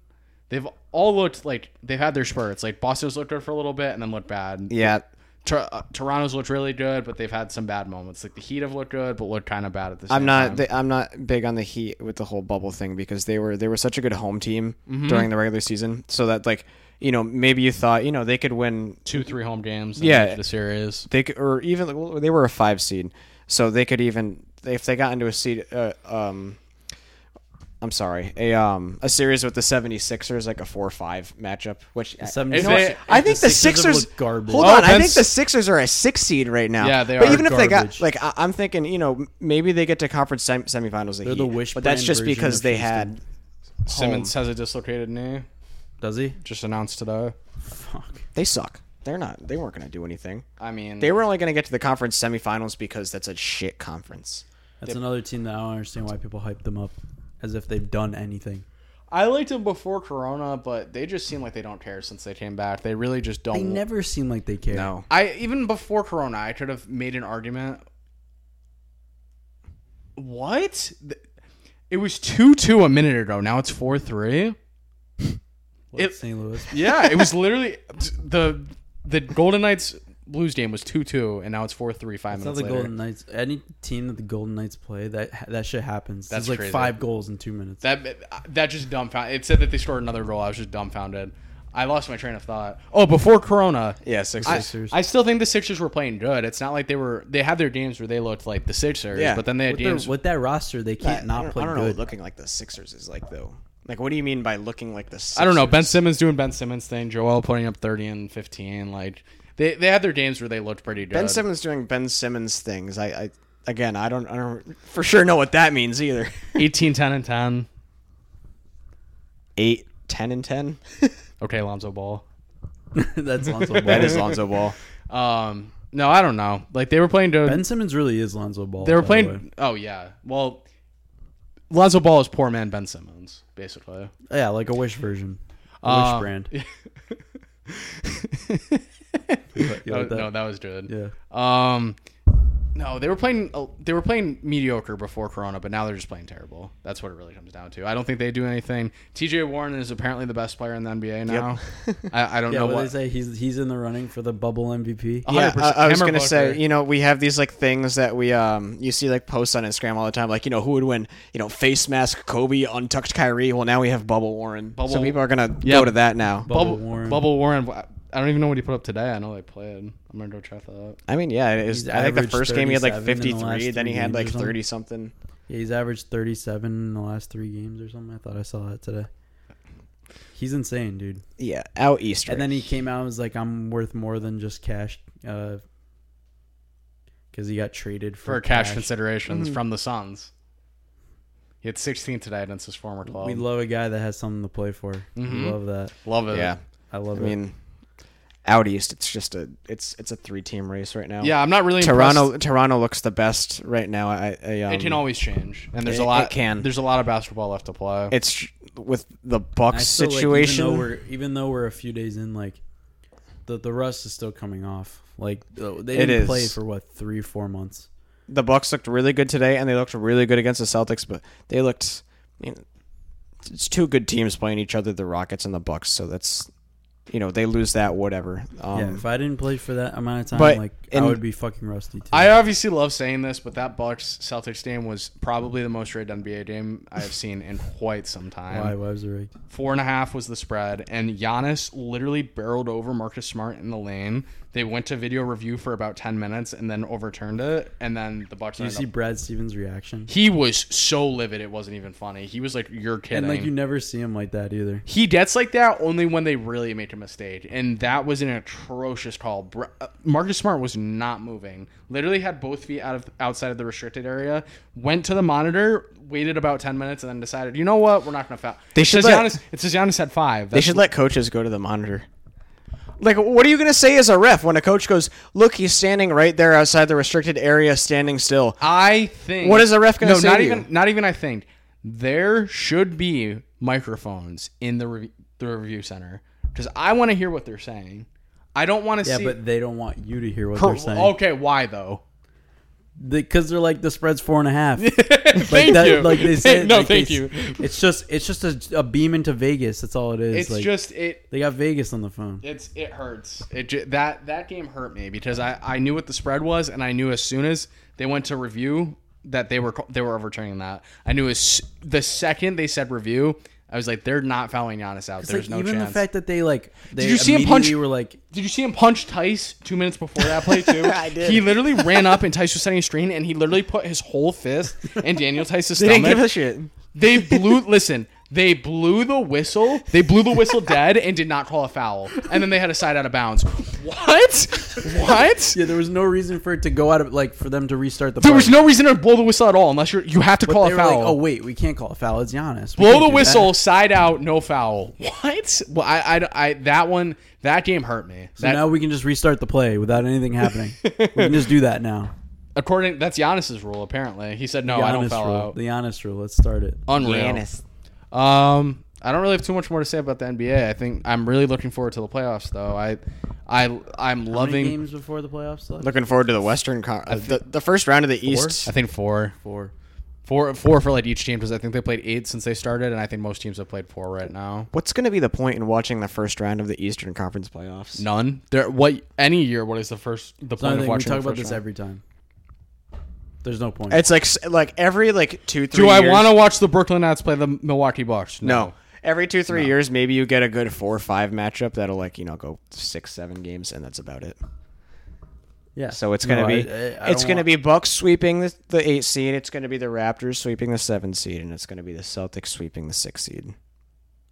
B: They've all looked like they've had their spurts. Like Boston's looked good for a little bit and then looked bad.
C: Yeah,
B: Tor- uh, Toronto's looked really good, but they've had some bad moments. Like the Heat have looked good, but looked kind of bad at the same
C: I'm not.
B: time.
C: They, I'm not big on the Heat with the whole bubble thing because they were they were such a good home team
A: Mm-hmm.
C: during the regular season. So that like you know maybe you thought you know they could win
B: Two, three home games.
C: Yeah.
B: the series.
C: they could, or even well, they were a five seed, so they could even if they got into a seed. Uh, um, I'm sorry, a um a series with the 76ers like a four five matchup, which I- you
A: 76ers
C: know what?
B: if
C: I think
A: the
C: the
A: Sixers have
C: Sixers.
A: looked garbage.
C: Hold
B: No
C: on, I think
B: offense.
C: the Sixers are a six seed right now.
B: Yeah, they
C: But
B: are
C: even if they got
A: garbage.
C: like I, I'm thinking, you know, maybe they get to conference sem- semifinals.
A: They're the wish
C: but that's
A: brand
C: just
A: version
C: because
A: of
C: they
A: Houston.
C: had
B: Simmons has a dislocated knee.
A: Does he?
B: Just announced today.
A: Fuck.
C: they suck. They're not. They weren't going to do anything.
B: I mean,
A: Mm.
C: They were only going to get to the conference semifinals because that's a shit conference.
A: That's another team that I don't understand why people hype them up as if they've done anything.
B: I liked them before Corona, but they just seem like they don't care since they came back. They really just don't.
A: They never seem like they care.
C: No,
B: I even before Corona, I could have made an argument. What? Th- It was two two a minute ago. Now it's four three.
A: Like
B: It-
A: St. Louis.
B: Yeah, it was literally the the Golden Knights Blues game was two two, and now it's four three five
A: It's not
B: minutes
A: the
B: later.
A: Golden Knights. Any team that the Golden Knights play, that that shit happens.
B: That's
A: It's like
B: crazy.
A: five goals in two minutes.
B: That that just dumbfounded. It said that they scored another goal. I was just dumbfounded. I lost my train of thought. Oh, before Corona,
C: yeah, six.
B: I,
A: Sixers.
B: I still think the Sixers were playing good. It's not like they were. They had their games where they looked like the Sixers,
C: Yeah.
B: but then they had
A: with, their-
B: games.
A: with that roster, they can't
C: I
A: not
C: don't-
A: play
C: I don't know
A: good.
C: what looking like the Sixers is like though. Like, what do you mean by looking like the? Sixers?
B: I don't know. Ben Simmons doing Ben Simmons thing. Joel putting up thirty and fifteen. Like they they had their games where they looked pretty good.
C: Ben Simmons doing Ben Simmons things. I, I again, I don't, I don't for sure know what that means either.
B: 18, 10, and ten.
C: Eight, ten, and ten.
B: Okay, Lonzo Ball.
A: That's Lonzo Ball.
C: That is Lonzo Ball.
B: Um, no, I don't know. Like they were playing good.
A: ben Simmons really is Lonzo Ball.
B: They were
A: by the way.
B: playing. oh yeah. Well, Lonzo Ball is poor man Ben Simmons, basically.
A: yeah, like a wish version, a
B: Uh,
A: wish brand. You
B: No,
A: like that?
B: Uh, Oh, no, that was good.
A: Yeah,
B: Um, no, they were playing. uh, They were playing mediocre before Corona, but now they're just playing terrible. That's what it really comes down to. I don't think they do anything. T.J. Warren is apparently the best player in the NBA now. I, I don't
A: yeah.
B: know
A: what
B: what. Uh,
A: they say he's he's in the running for the bubble MVP.
C: Yeah,
B: 100%
C: I, I was
B: Hammer
C: gonna say,
B: Booker.
C: you know, we have these like things that we um you see like posts on Instagram all the time, like you know who would win, you know, face mask Kobe, untucked Kyrie. Well, now we have Bubble Warren, so
B: Bubble-
C: people are gonna
B: Yeah.
C: go to that now.
A: Bubble
B: Bubble
A: Warren.
B: Bubble Warren. I don't even know what he put up today. I know they played. I'm gonna go check that out.
C: I mean, yeah, it is,
A: He's
C: I think the
A: averaged
C: first game he had like
A: 37
C: fifty
A: in the
C: three,
A: last
C: then he
A: three
C: had like
A: games or
C: thirty something.
A: Yeah, he's averaged 37 in the last three games or something. I thought I saw that today. He's insane, dude.
C: Yeah, out east.
A: And then he came out and was like, "I'm worth more than just cash," because he got traded for, Mm.
B: For cash considerations from the Suns. He had 16 today against his former club.
A: We
C: Um,
A: love a guy that has something to play for. We love that.
B: love it.
C: yeah,
A: I love
C: Mm-hmm.
A: it.
C: I mean, out east, it's just a it's it's a three team race right now.
B: Yeah, I'm not really
C: Toronto
B: impressed.
C: Toronto looks the best right now. I, I um,
B: It can always change, and there's
C: It-
B: a lot.
C: it can.
B: There's a lot of basketball left to play.
C: it's with the
A: I
C: Bucks
A: still, like,
C: situation.
A: even, though we're, even though we're a few days in, like the the rust is still coming off. Like uh, they
C: It
A: didn't
C: is.
A: play for what three four months.
C: the Bucks looked really good today, and they looked really good against the Celtics. But they looked, I mean, it's two good teams playing each other, the Rockets and the Bucks. So that's, you know, they lose that whatever. Um,
A: yeah, if I didn't play for that amount of time,
C: but
A: like
C: in-
A: I would be fucking rusty too.
B: I obviously love saying this, but that Bucks Celtics game was probably the most rigged NBA game I have seen in quite some time.
A: Why wives are rigged?
B: Four and a half was the spread, and Giannis literally barreled over Marcus Smart in the lane. They went to video review for about ten minutes, and then overturned it. And then the Bucks.
A: You
B: ended
A: see
B: up-
A: Brad Stevens' reaction,
B: he was so livid; it wasn't even funny. He was like, "You're kidding."
A: and like you never see him like that either.
B: he gets like that only when they really make a mistake, and that was an atrocious call. Br- uh, Marcus Smart was not moving. Literally had both feet out of outside of the restricted area. Went to the monitor, waited about ten minutes, and then decided, you know what, we're not gonna foul.
C: They
B: it
C: should
B: Says
C: let-
B: Giannis, it says Giannis had five.
C: they
B: That's
C: should let coaches go to the monitor. Like, what are you going to say as a ref when a coach goes, "Look, he's standing right there outside the restricted area, standing still"?
B: I think.
C: What is the ref gonna
B: no,
C: say
B: Not
C: to
B: even.
C: you?
B: Not even. I think there should be microphones in the re- the review center because I want to hear what they're saying. I don't want to
A: Yeah,
B: see.
C: Oh,
A: but they don't want you to hear what they're saying.
B: okay, why though?
A: because they're like the spread's four and a half.
B: thank
A: Like
B: you.
A: Like they say,
B: no,
A: like they s-
B: thank you.
A: It's just it's just a, a beam into Vegas. That's all it is.
B: It's
A: like,
B: just it.
A: they got Vegas on the phone.
B: It's it hurts. It ju- that that game hurt me because I I knew what the spread was and I knew as soon as they went to review that they were ca- they were overturning that. I knew as the second they said review, I was like they're not fouling Giannis out. There's
A: Like,
B: no
A: even
B: chance.
A: the fact that they like they
B: you see him punch-
A: immediately Were like
B: Did you see him punch Tice two minutes before that play too? I
C: did.
B: He literally ran up and Tice was setting a screen and he literally put his whole fist in Daniel Tice's stomach.
C: shit.
B: They blew. listen, they blew the whistle. They blew the whistle dead and did not call a foul. And then they had a side out of bounds. What? What?
A: yeah, there was no reason for it to go out of like for them to restart the.
B: There was no reason to blow the whistle at all unless you are you have to call
A: They
B: a
A: were
B: foul.
A: like, oh wait, we can't call a foul. It's Giannis. We
B: blow
A: can't
B: the
A: do
B: whistle,
A: That.
B: side out, no foul. What? Well, I, I, I, that one, that game hurt me.
A: So
B: That-
A: now we can just restart the play without anything happening. we can just do that now.
B: according, that's Giannis's rule. Apparently, he said no, Oh, I don't
A: Giannis
B: foul
A: rule.
B: out.
A: The Giannis rule. Let's start it.
B: Unreal. Um, I don't really have too much more to say about the NBA. I think I'm really looking forward to the playoffs, though. I, I, I'm
A: How many
B: loving.
A: games before the playoffs left?
C: Looking forward to the Western Con- uh, the, the first round of the East.
B: I think four,
A: Four.
B: four, four for like each team because I think they played eight since they started, and I think most teams have played four right now.
C: What's going to be the point in watching the first round of the Eastern Conference playoffs?
B: None. There. What any year? What is the first? The
A: So I
B: point of
A: think we
B: watching
A: talk
B: the
A: about
B: first
A: this
B: round?
A: every time. There's no point.
C: It's like s- like every like two three.
B: Do I
C: years-
B: want to watch the Brooklyn Nets play the Milwaukee Bucks?
C: No. Every two three years, maybe you get a good four or five matchup that'll like you know go six seven games, and that's about it.
A: yeah.
C: So it's
A: No,
C: gonna be
A: I- I- I
C: it's
A: don't
C: gonna
A: want-
C: be Bucks sweeping the, the eight seed. It's gonna be the Raptors sweeping the seven seed, and it's gonna be the Celtics sweeping the six seed.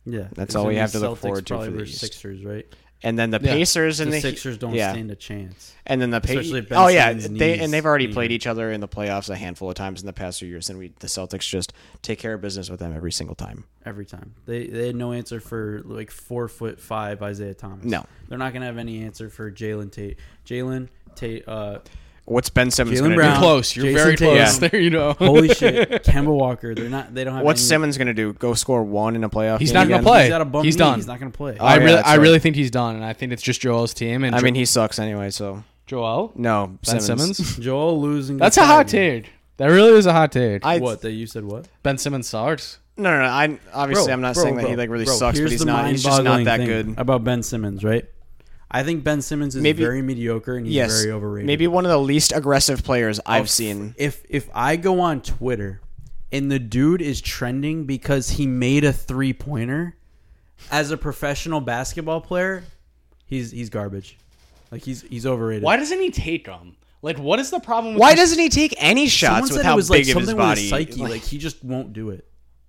A: Yeah.
C: That's
A: It's
C: all we
A: gonna be
C: have to look
A: Celtics
C: forward to
A: probably
C: for the
A: versus
C: East.
A: Sixers, right?
C: And then the
B: Yeah.
C: Pacers and
A: the
C: the,
A: Sixers don't
C: yeah.
A: stand a chance.
C: And then the pa-
A: Especially if Ben
C: oh yeah,
A: Simmons'
C: they
A: knees
C: and they've already
A: being
C: played
A: hurt.
C: each other in the playoffs a handful of times in the past few years, and we the Celtics just take care of business with them every single time.
A: Every time they they had no answer for like four foot five Isaiah Thomas.
C: No.
A: they're not gonna have any answer for Jalen Tate. Jalen Tate. Uh,
C: What's Ben Simmons
A: Jalen
C: going to
A: Brown.
B: You're
C: do?
B: close. You're
A: Jason
B: very close.
A: Tatum.
B: There you know.
A: holy shit, Kemba Walker. They're not. They don't have.
C: What's
A: any,
C: Simmons going to do? Go score one in a playoff?
B: He's not
C: game
B: gonna
C: again?
B: play.
A: He's got a bum
B: He's
A: knee,
B: done.
A: He's not gonna play.
C: Oh,
B: I
C: yeah,
B: really,
C: that's
B: I
C: right.
B: really think he's done, and I think it's just Joel's team. And
C: I
B: Jo-
C: mean, he sucks anyway. So
B: Joel,
C: no,
B: Ben Simmons.
A: Joel losing.
B: That's
A: the
B: a hot
A: title.
B: take. That really is a hot take.
C: I
A: What that you said? What?
B: ben Simmons sucks.
C: No, no, no. I obviously I'm not saying that he like really
A: bro,
C: sucks, but
A: here's
C: he's
A: the
C: not. He's just not
A: mind-boggling
C: that
A: thing
C: good.
A: About Ben Simmons, right? I think Ben Simmons is
C: Maybe-
A: very mediocre and he's
C: yes,
A: very overrated.
C: Maybe one of the least aggressive players I've
A: If-
C: seen.
A: If if I go on Twitter and the dude is trending because he made a three pointer as a professional basketball player, he's he's garbage. Like he's he's overrated.
B: Why doesn't he take them? Like, what is the problem? With
C: Why
B: this-
C: doesn't he take any
A: Someone
C: shots
A: said
C: with
A: it
C: how
A: was
C: big
A: like
C: of his
A: something with
C: body?
A: his psyche. Like, he just won't do it.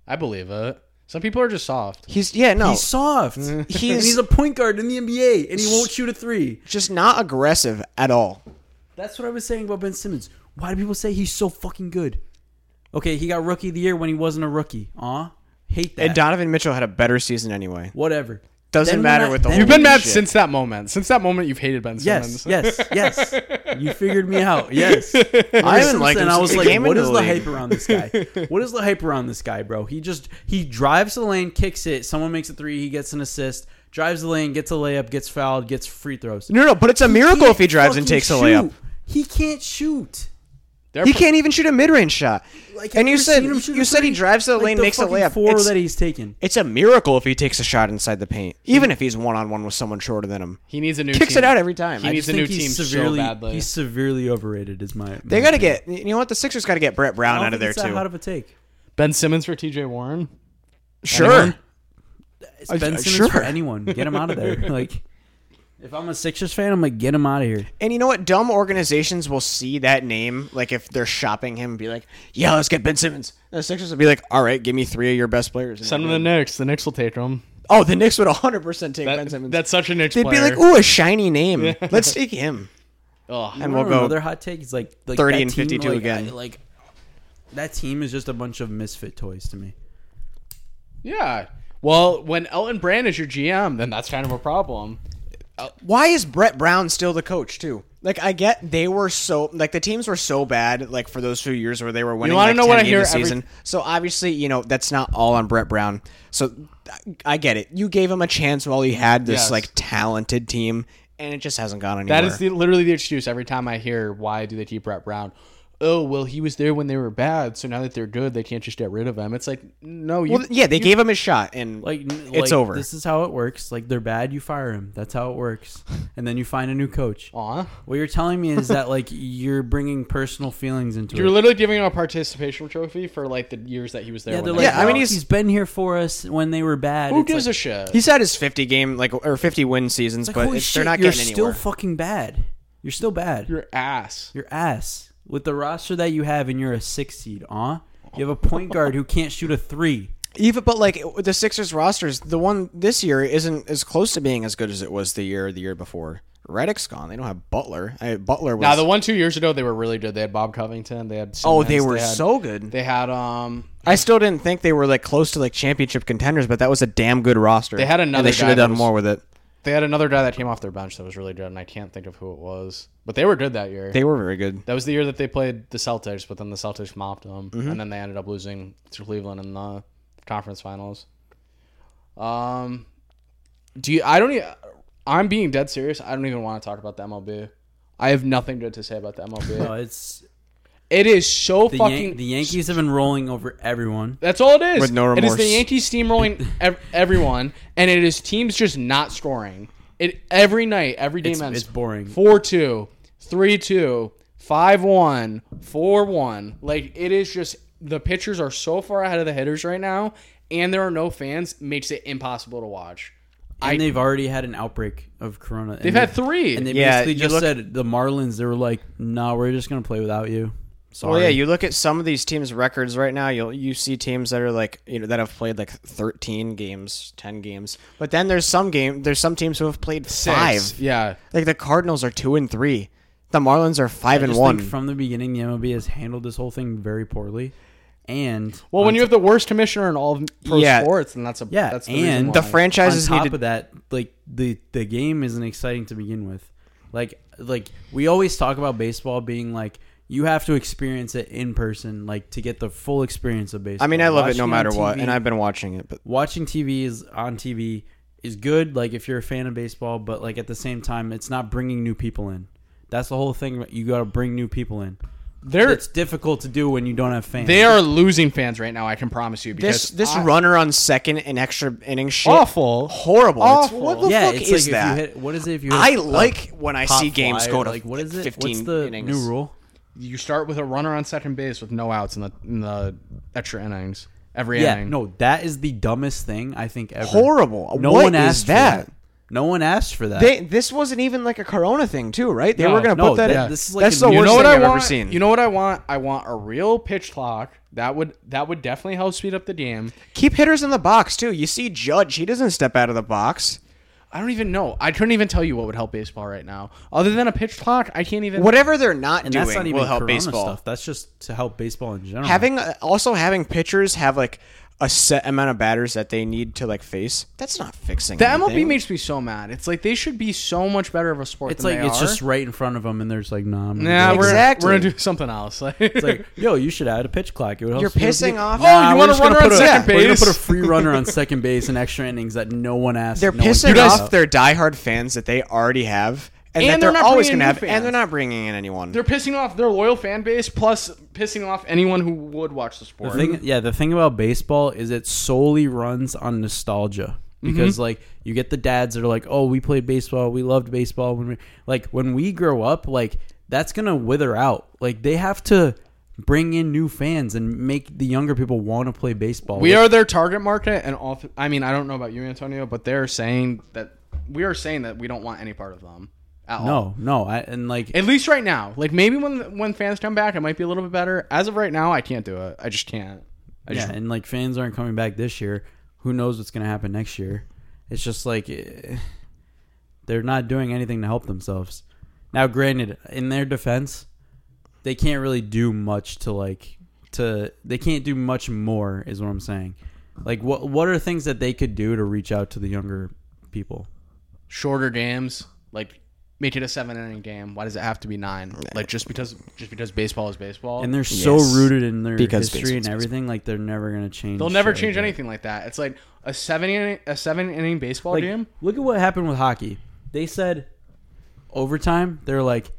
B: I believe it? Some people are just soft.
C: he's yeah, no, Mm.
A: He's soft. he's, he's a point guard in the NBA and he won't shoot a three.
C: just not aggressive at all.
A: That's what I was saying about Ben Simmons. Why do people say he's so fucking good? Okay, he got rookie of the year when he wasn't a rookie. Aw, hate that.
C: And Donovan Mitchell had a better season anyway.
A: Whatever.
C: Doesn't
A: Then when
C: matter
A: I-
C: with the
A: then
C: whole
B: You've been
C: Holy
B: mad
C: shit.
B: since that moment. Since that moment, you've hated Ben Simmons.
A: Yes, yes, yes. You figured me out. Yes.
C: I
A: Since
C: haven't liked him.
A: then, I was
C: since
A: like,
C: he came
A: what
C: into
A: is the
C: league.
A: hype around this guy? What is the hype around this guy, bro? He just he drives the lane, kicks it. Someone makes a three, he gets an assist. Drives the lane, gets a layup, gets fouled, gets free throws.
C: No, no, but it's a miracle
A: can't
C: if he drives and
A: fucking
C: takes a
A: shoot.
C: layup.
A: He can't shoot.
B: They're
C: He
B: pro-
C: can't even shoot a mid-range shot.
A: Like, have
C: and you
A: ever
C: said
A: seen him shoot
C: you
A: a
C: said he
A: three?
C: drives to the
A: Like,
C: lane, makes a
A: fucking
C: layup.
A: Four
C: it's,
A: that he's taken.
C: it's a miracle if he takes a shot inside the paint, even if he's one-on-one with someone shorter than him.
B: He needs a new.
C: Kicks
B: team.
C: it out every time.
B: He
C: I
B: needs
A: I
B: a new
A: think
B: team
A: he's severely,
B: so badly.
A: He's severely overrated. Is my, my
C: They got to get. You know what? The Sixers got to get Brett Brown out of there
A: It's that hot
C: too.
A: of a take.
B: Ben Simmons for T.J. Warren.
C: Sure.
B: Anyone?
A: It's Ben
C: uh,
A: Simmons
C: sure.
A: for anyone. Get him out of there. like, if I'm a Sixers fan, I'm like, get him out of here.
C: And you know what? Dumb organizations will see that name, like if they're shopping him, be like, "Yeah, let's get Ben Simmons." And the Sixers will be like, "All right, give me three of your best players." And
B: Send him to the Knicks. The Knicks will take him.
C: oh, the Knicks would 100 percent take Ben
B: That,
C: Simmons.
B: that's such a Knicks
C: They'd
B: player.
C: be like, "Ooh, a shiny name. let's take him."
B: Ugh.
C: And
A: You
C: we'll
A: wanna know
C: go.
A: Another hot take is like, like
C: 30
A: that
C: and
A: team,
C: 52
A: like,
C: again.
A: I- like that team is just a bunch of misfit toys to me.
B: Yeah. Well, when Elton Brand is your GM, then that's kind of a problem.
C: Why is Brett Brown still the coach too? Like I get they were so like the teams were so bad like for those few years where they were winning.
B: wanna
C: like,
B: know what
C: 10
B: I
C: games
B: hear
C: a
B: every-
C: season. so obviously you know that's not all on Brett Brown. So I I get it. You gave him a chance while he had this
B: Yes.
C: like talented team, and it just hasn't gone anywhere.
B: That is the, literally the excuse every time I hear why do they keep Brett Brown. oh well he was there when they were bad, so now that they're good, they can't just get rid of him. It's like no, you,
C: Well, th- yeah, they gave him a shot, and
A: Like n-
C: It's
A: like,
C: over.
A: This is how it works. Like they're bad, you fire him. That's how it works, and then you find a new coach.
B: aw.
A: What you're telling me is that like you're bringing personal feelings into
B: You're
A: it.
B: literally giving him a participation trophy for like the years that he was there.
A: Yeah,
B: when
A: they're
B: they
A: like,
B: were
C: Yeah, I mean,
A: "Well,
C: he's-
A: he's been here for us when they were bad.
B: Who
A: It's
B: gives
A: like,
B: a shit?
C: he's had his 50 game like or 50 win seasons,
A: Like,
C: but
A: holy
C: it's-
A: shit,
C: they're not
A: you're
C: getting
A: still
C: anywhere.
A: fucking bad. You're still bad. You're,
B: your ass.
A: ass. With the roster that you have, and you're a six seed, huh? You have a point guard who can't shoot a three.
C: Even but like the Sixers rosters, the one this year isn't as close to being as good as it was the year the year before. Reddick's gone. They don't have Butler. I, Butler was
B: Now the one two years ago they were really good. They had Bob Covington. They had
C: oh they
B: Simmons,
C: were
B: had-
C: so good.
B: They had um
C: I still didn't think they were like close to like championship contenders, but that was a damn good roster.
B: They had
C: And
B: another
C: They should have
B: guy
C: done
B: that was-
C: more with it.
B: they had another guy that came off their bench that was really good, and I can't think of who it was, but they were good that year.
C: They were very good.
B: that was the year that they played the Celtics, but then the Celtics mopped them,
C: Mm-hmm.
B: and then they ended up losing to Cleveland in the conference finals. Um, do you? I don't. e- I'm being dead serious. I don't even want to talk about the MLB. I have nothing good to say about the
A: No,
B: MLB.
A: it's
B: it is so
A: the,
B: fucking.
A: Yan- the Yankees have been rolling over everyone.
B: That's all it is.
C: With no
B: It is
C: remorse.
B: the Yankees steamrolling ev- everyone, and it is teams just not scoring. It every night, every game
A: It's-
B: ends.
A: it's boring.
B: 4-2, 3-2, 5-1, 4-1. Like it is just the pitchers are so far ahead of the hitters right now, and there are no fans. Makes it impossible to watch.
A: And
B: I-
A: they've already had an outbreak of corona. And
B: They've had three.
A: And they
C: Yeah,
A: basically
C: you
A: just
C: look-
A: said the Marlins. They were like, "No, nah, we're just gonna play without you." Sorry.
C: Well, Oh, yeah, you look at some of these teams' records right now. You will you see teams that are like you know that have played like thirteen games, ten games, but then there's some game there's some teams who have played
B: Six.
C: five.
B: Yeah.
C: Like the Cardinals are two and three, the Marlins are five
A: I
C: and
A: just
C: one.
A: think from the beginning, the MLB has handled this whole thing very poorly. And
B: Well, when you have the worst commissioner in all of pro
C: Yeah.
B: sports, then that's a
A: Yeah,
B: That's the
A: and
B: reason
C: the
B: why.
C: franchises
A: on top
C: need to.
A: of that, like the the game isn't exciting to begin with. Like like we always talk about baseball being like you have to experience it in person, like to get the full experience of baseball.
C: I mean, I love it
A: Watching
C: no
A: on
C: matter what,
A: TV
C: and I've been watching it. But
A: watching TV is on TV is good, like if you're a fan of baseball, but like at the same time, it's not bringing new people in. That's the whole thing. You got to bring new people in.
B: They're-
A: it's difficult to do when you don't have fans.
B: They are losing fans right now. I can promise you. Because
C: this this
B: I-
C: runner on second and extra inning shit,
B: Awful.
C: horrible. It's-
B: Awful.
C: what the
A: yeah,
C: fuck
A: it's
C: is
A: like if
C: that?
A: you hit. What is it? If you hit
C: I
A: a
C: like when I
A: pop
C: see games
A: fly
C: go
A: or,
C: to
A: like what is it?
C: fifteen
A: What's the
C: innings.
A: new rule?
B: you start with a runner on second base with no outs in the in the extra innings. Every
A: Yeah,
B: inning.
A: no, that is the dumbest thing I think ever.
C: Horrible.
A: No
C: What
A: one
C: is
A: asked for
C: that?
A: that. No one asked for that.
C: They, this wasn't even like a Corona thing, too, right? They
B: No,
C: were gonna
A: no,
C: put that.
A: that-
C: in.
A: this is like
C: that's
A: a
C: the
A: new-
B: You
C: worst
B: know what
C: thing
B: I
C: I've
B: want?
C: ever seen.
B: You know what I want? I want a real pitch clock. That would that would definitely help speed up the game.
C: keep hitters in the box too. You see Judge, he doesn't step out of the box.
B: I don't even know. I couldn't even tell you what would help baseball right now. Other than a pitch clock, I can't even.
C: Whatever they're not
A: and
C: doing
A: that's not even
C: will help
A: corona
C: baseball.
A: stuff. That's just to help baseball in general.
C: Having uh, also having pitchers have like a set amount of batters that they need to like face. That's not fixing
B: The MLB
C: anything.
B: makes me so mad. It's like they should be so much better of a sport.
A: it's
B: than
A: like
B: they
A: it's
B: are.
A: just right in front of them, and there's like, nah, I'm gonna
B: Nah,
A: do it.
B: we're-
C: Exactly.
B: We're, gonna do something else. Like,
A: It's like, yo, you should add a pitch clock. It would help
C: You're
A: speed up the
C: pissing
A: game.
C: off-
B: Oh, you
A: we're
B: want a
A: just gonna
B: runner
A: put
B: on
A: a-
B: second
A: We're gonna put a
B: base?
A: free runner on second base in extra innings that no one asked.
C: they're
A: no one
C: pissing
A: cared
B: guys-
C: off their diehard fans that they already have, and,
B: And
C: that
B: they're
C: they're,
B: not
C: always
B: bringing in
C: gonna have,
B: new
C: and they're
B: fans.
C: not bringing in anyone.
B: They're pissing off their loyal fan base, plus pissing off anyone who would watch the sport.
A: The thing, yeah, the thing about baseball is it solely runs on nostalgia because like you get the dads that are like, "Oh, we played baseball. We loved baseball when we like when we grow up, like that's going to wither out. Like they have to bring in new fans and make the younger people want to play baseball.
B: we are their target market, and all. I mean, I don't know about you, Antonio, but they're saying that we are saying that we don't want any part of them at all.
A: No, no, I, and like
B: At least right now, like maybe when when fans come back, it might be a little bit better. As of right now, I can't do it. I just can't. I
A: yeah,
B: just,
A: and like fans aren't coming back this year. Who knows what's going to happen next year? It's just like eh, they're not doing anything to help themselves. Now, granted, in their defense, they can't really do much to like to they can't do much more is what I'm saying. Like what what are things that they could do to reach out to the younger people?
B: shorter games, like make it a seven inning game. Why does it have to be nine? Like just because just because baseball is baseball,
A: And they're so
C: Yes.
A: rooted in their
C: Because
A: history and
C: baseball's
A: everything like they're never going to change.
B: they'll never
A: shit like
B: change
A: that.
B: anything like that. It's like a seven inning a seven inning baseball
A: Like,
B: game.
A: look at what happened with hockey. They said overtime. They're like,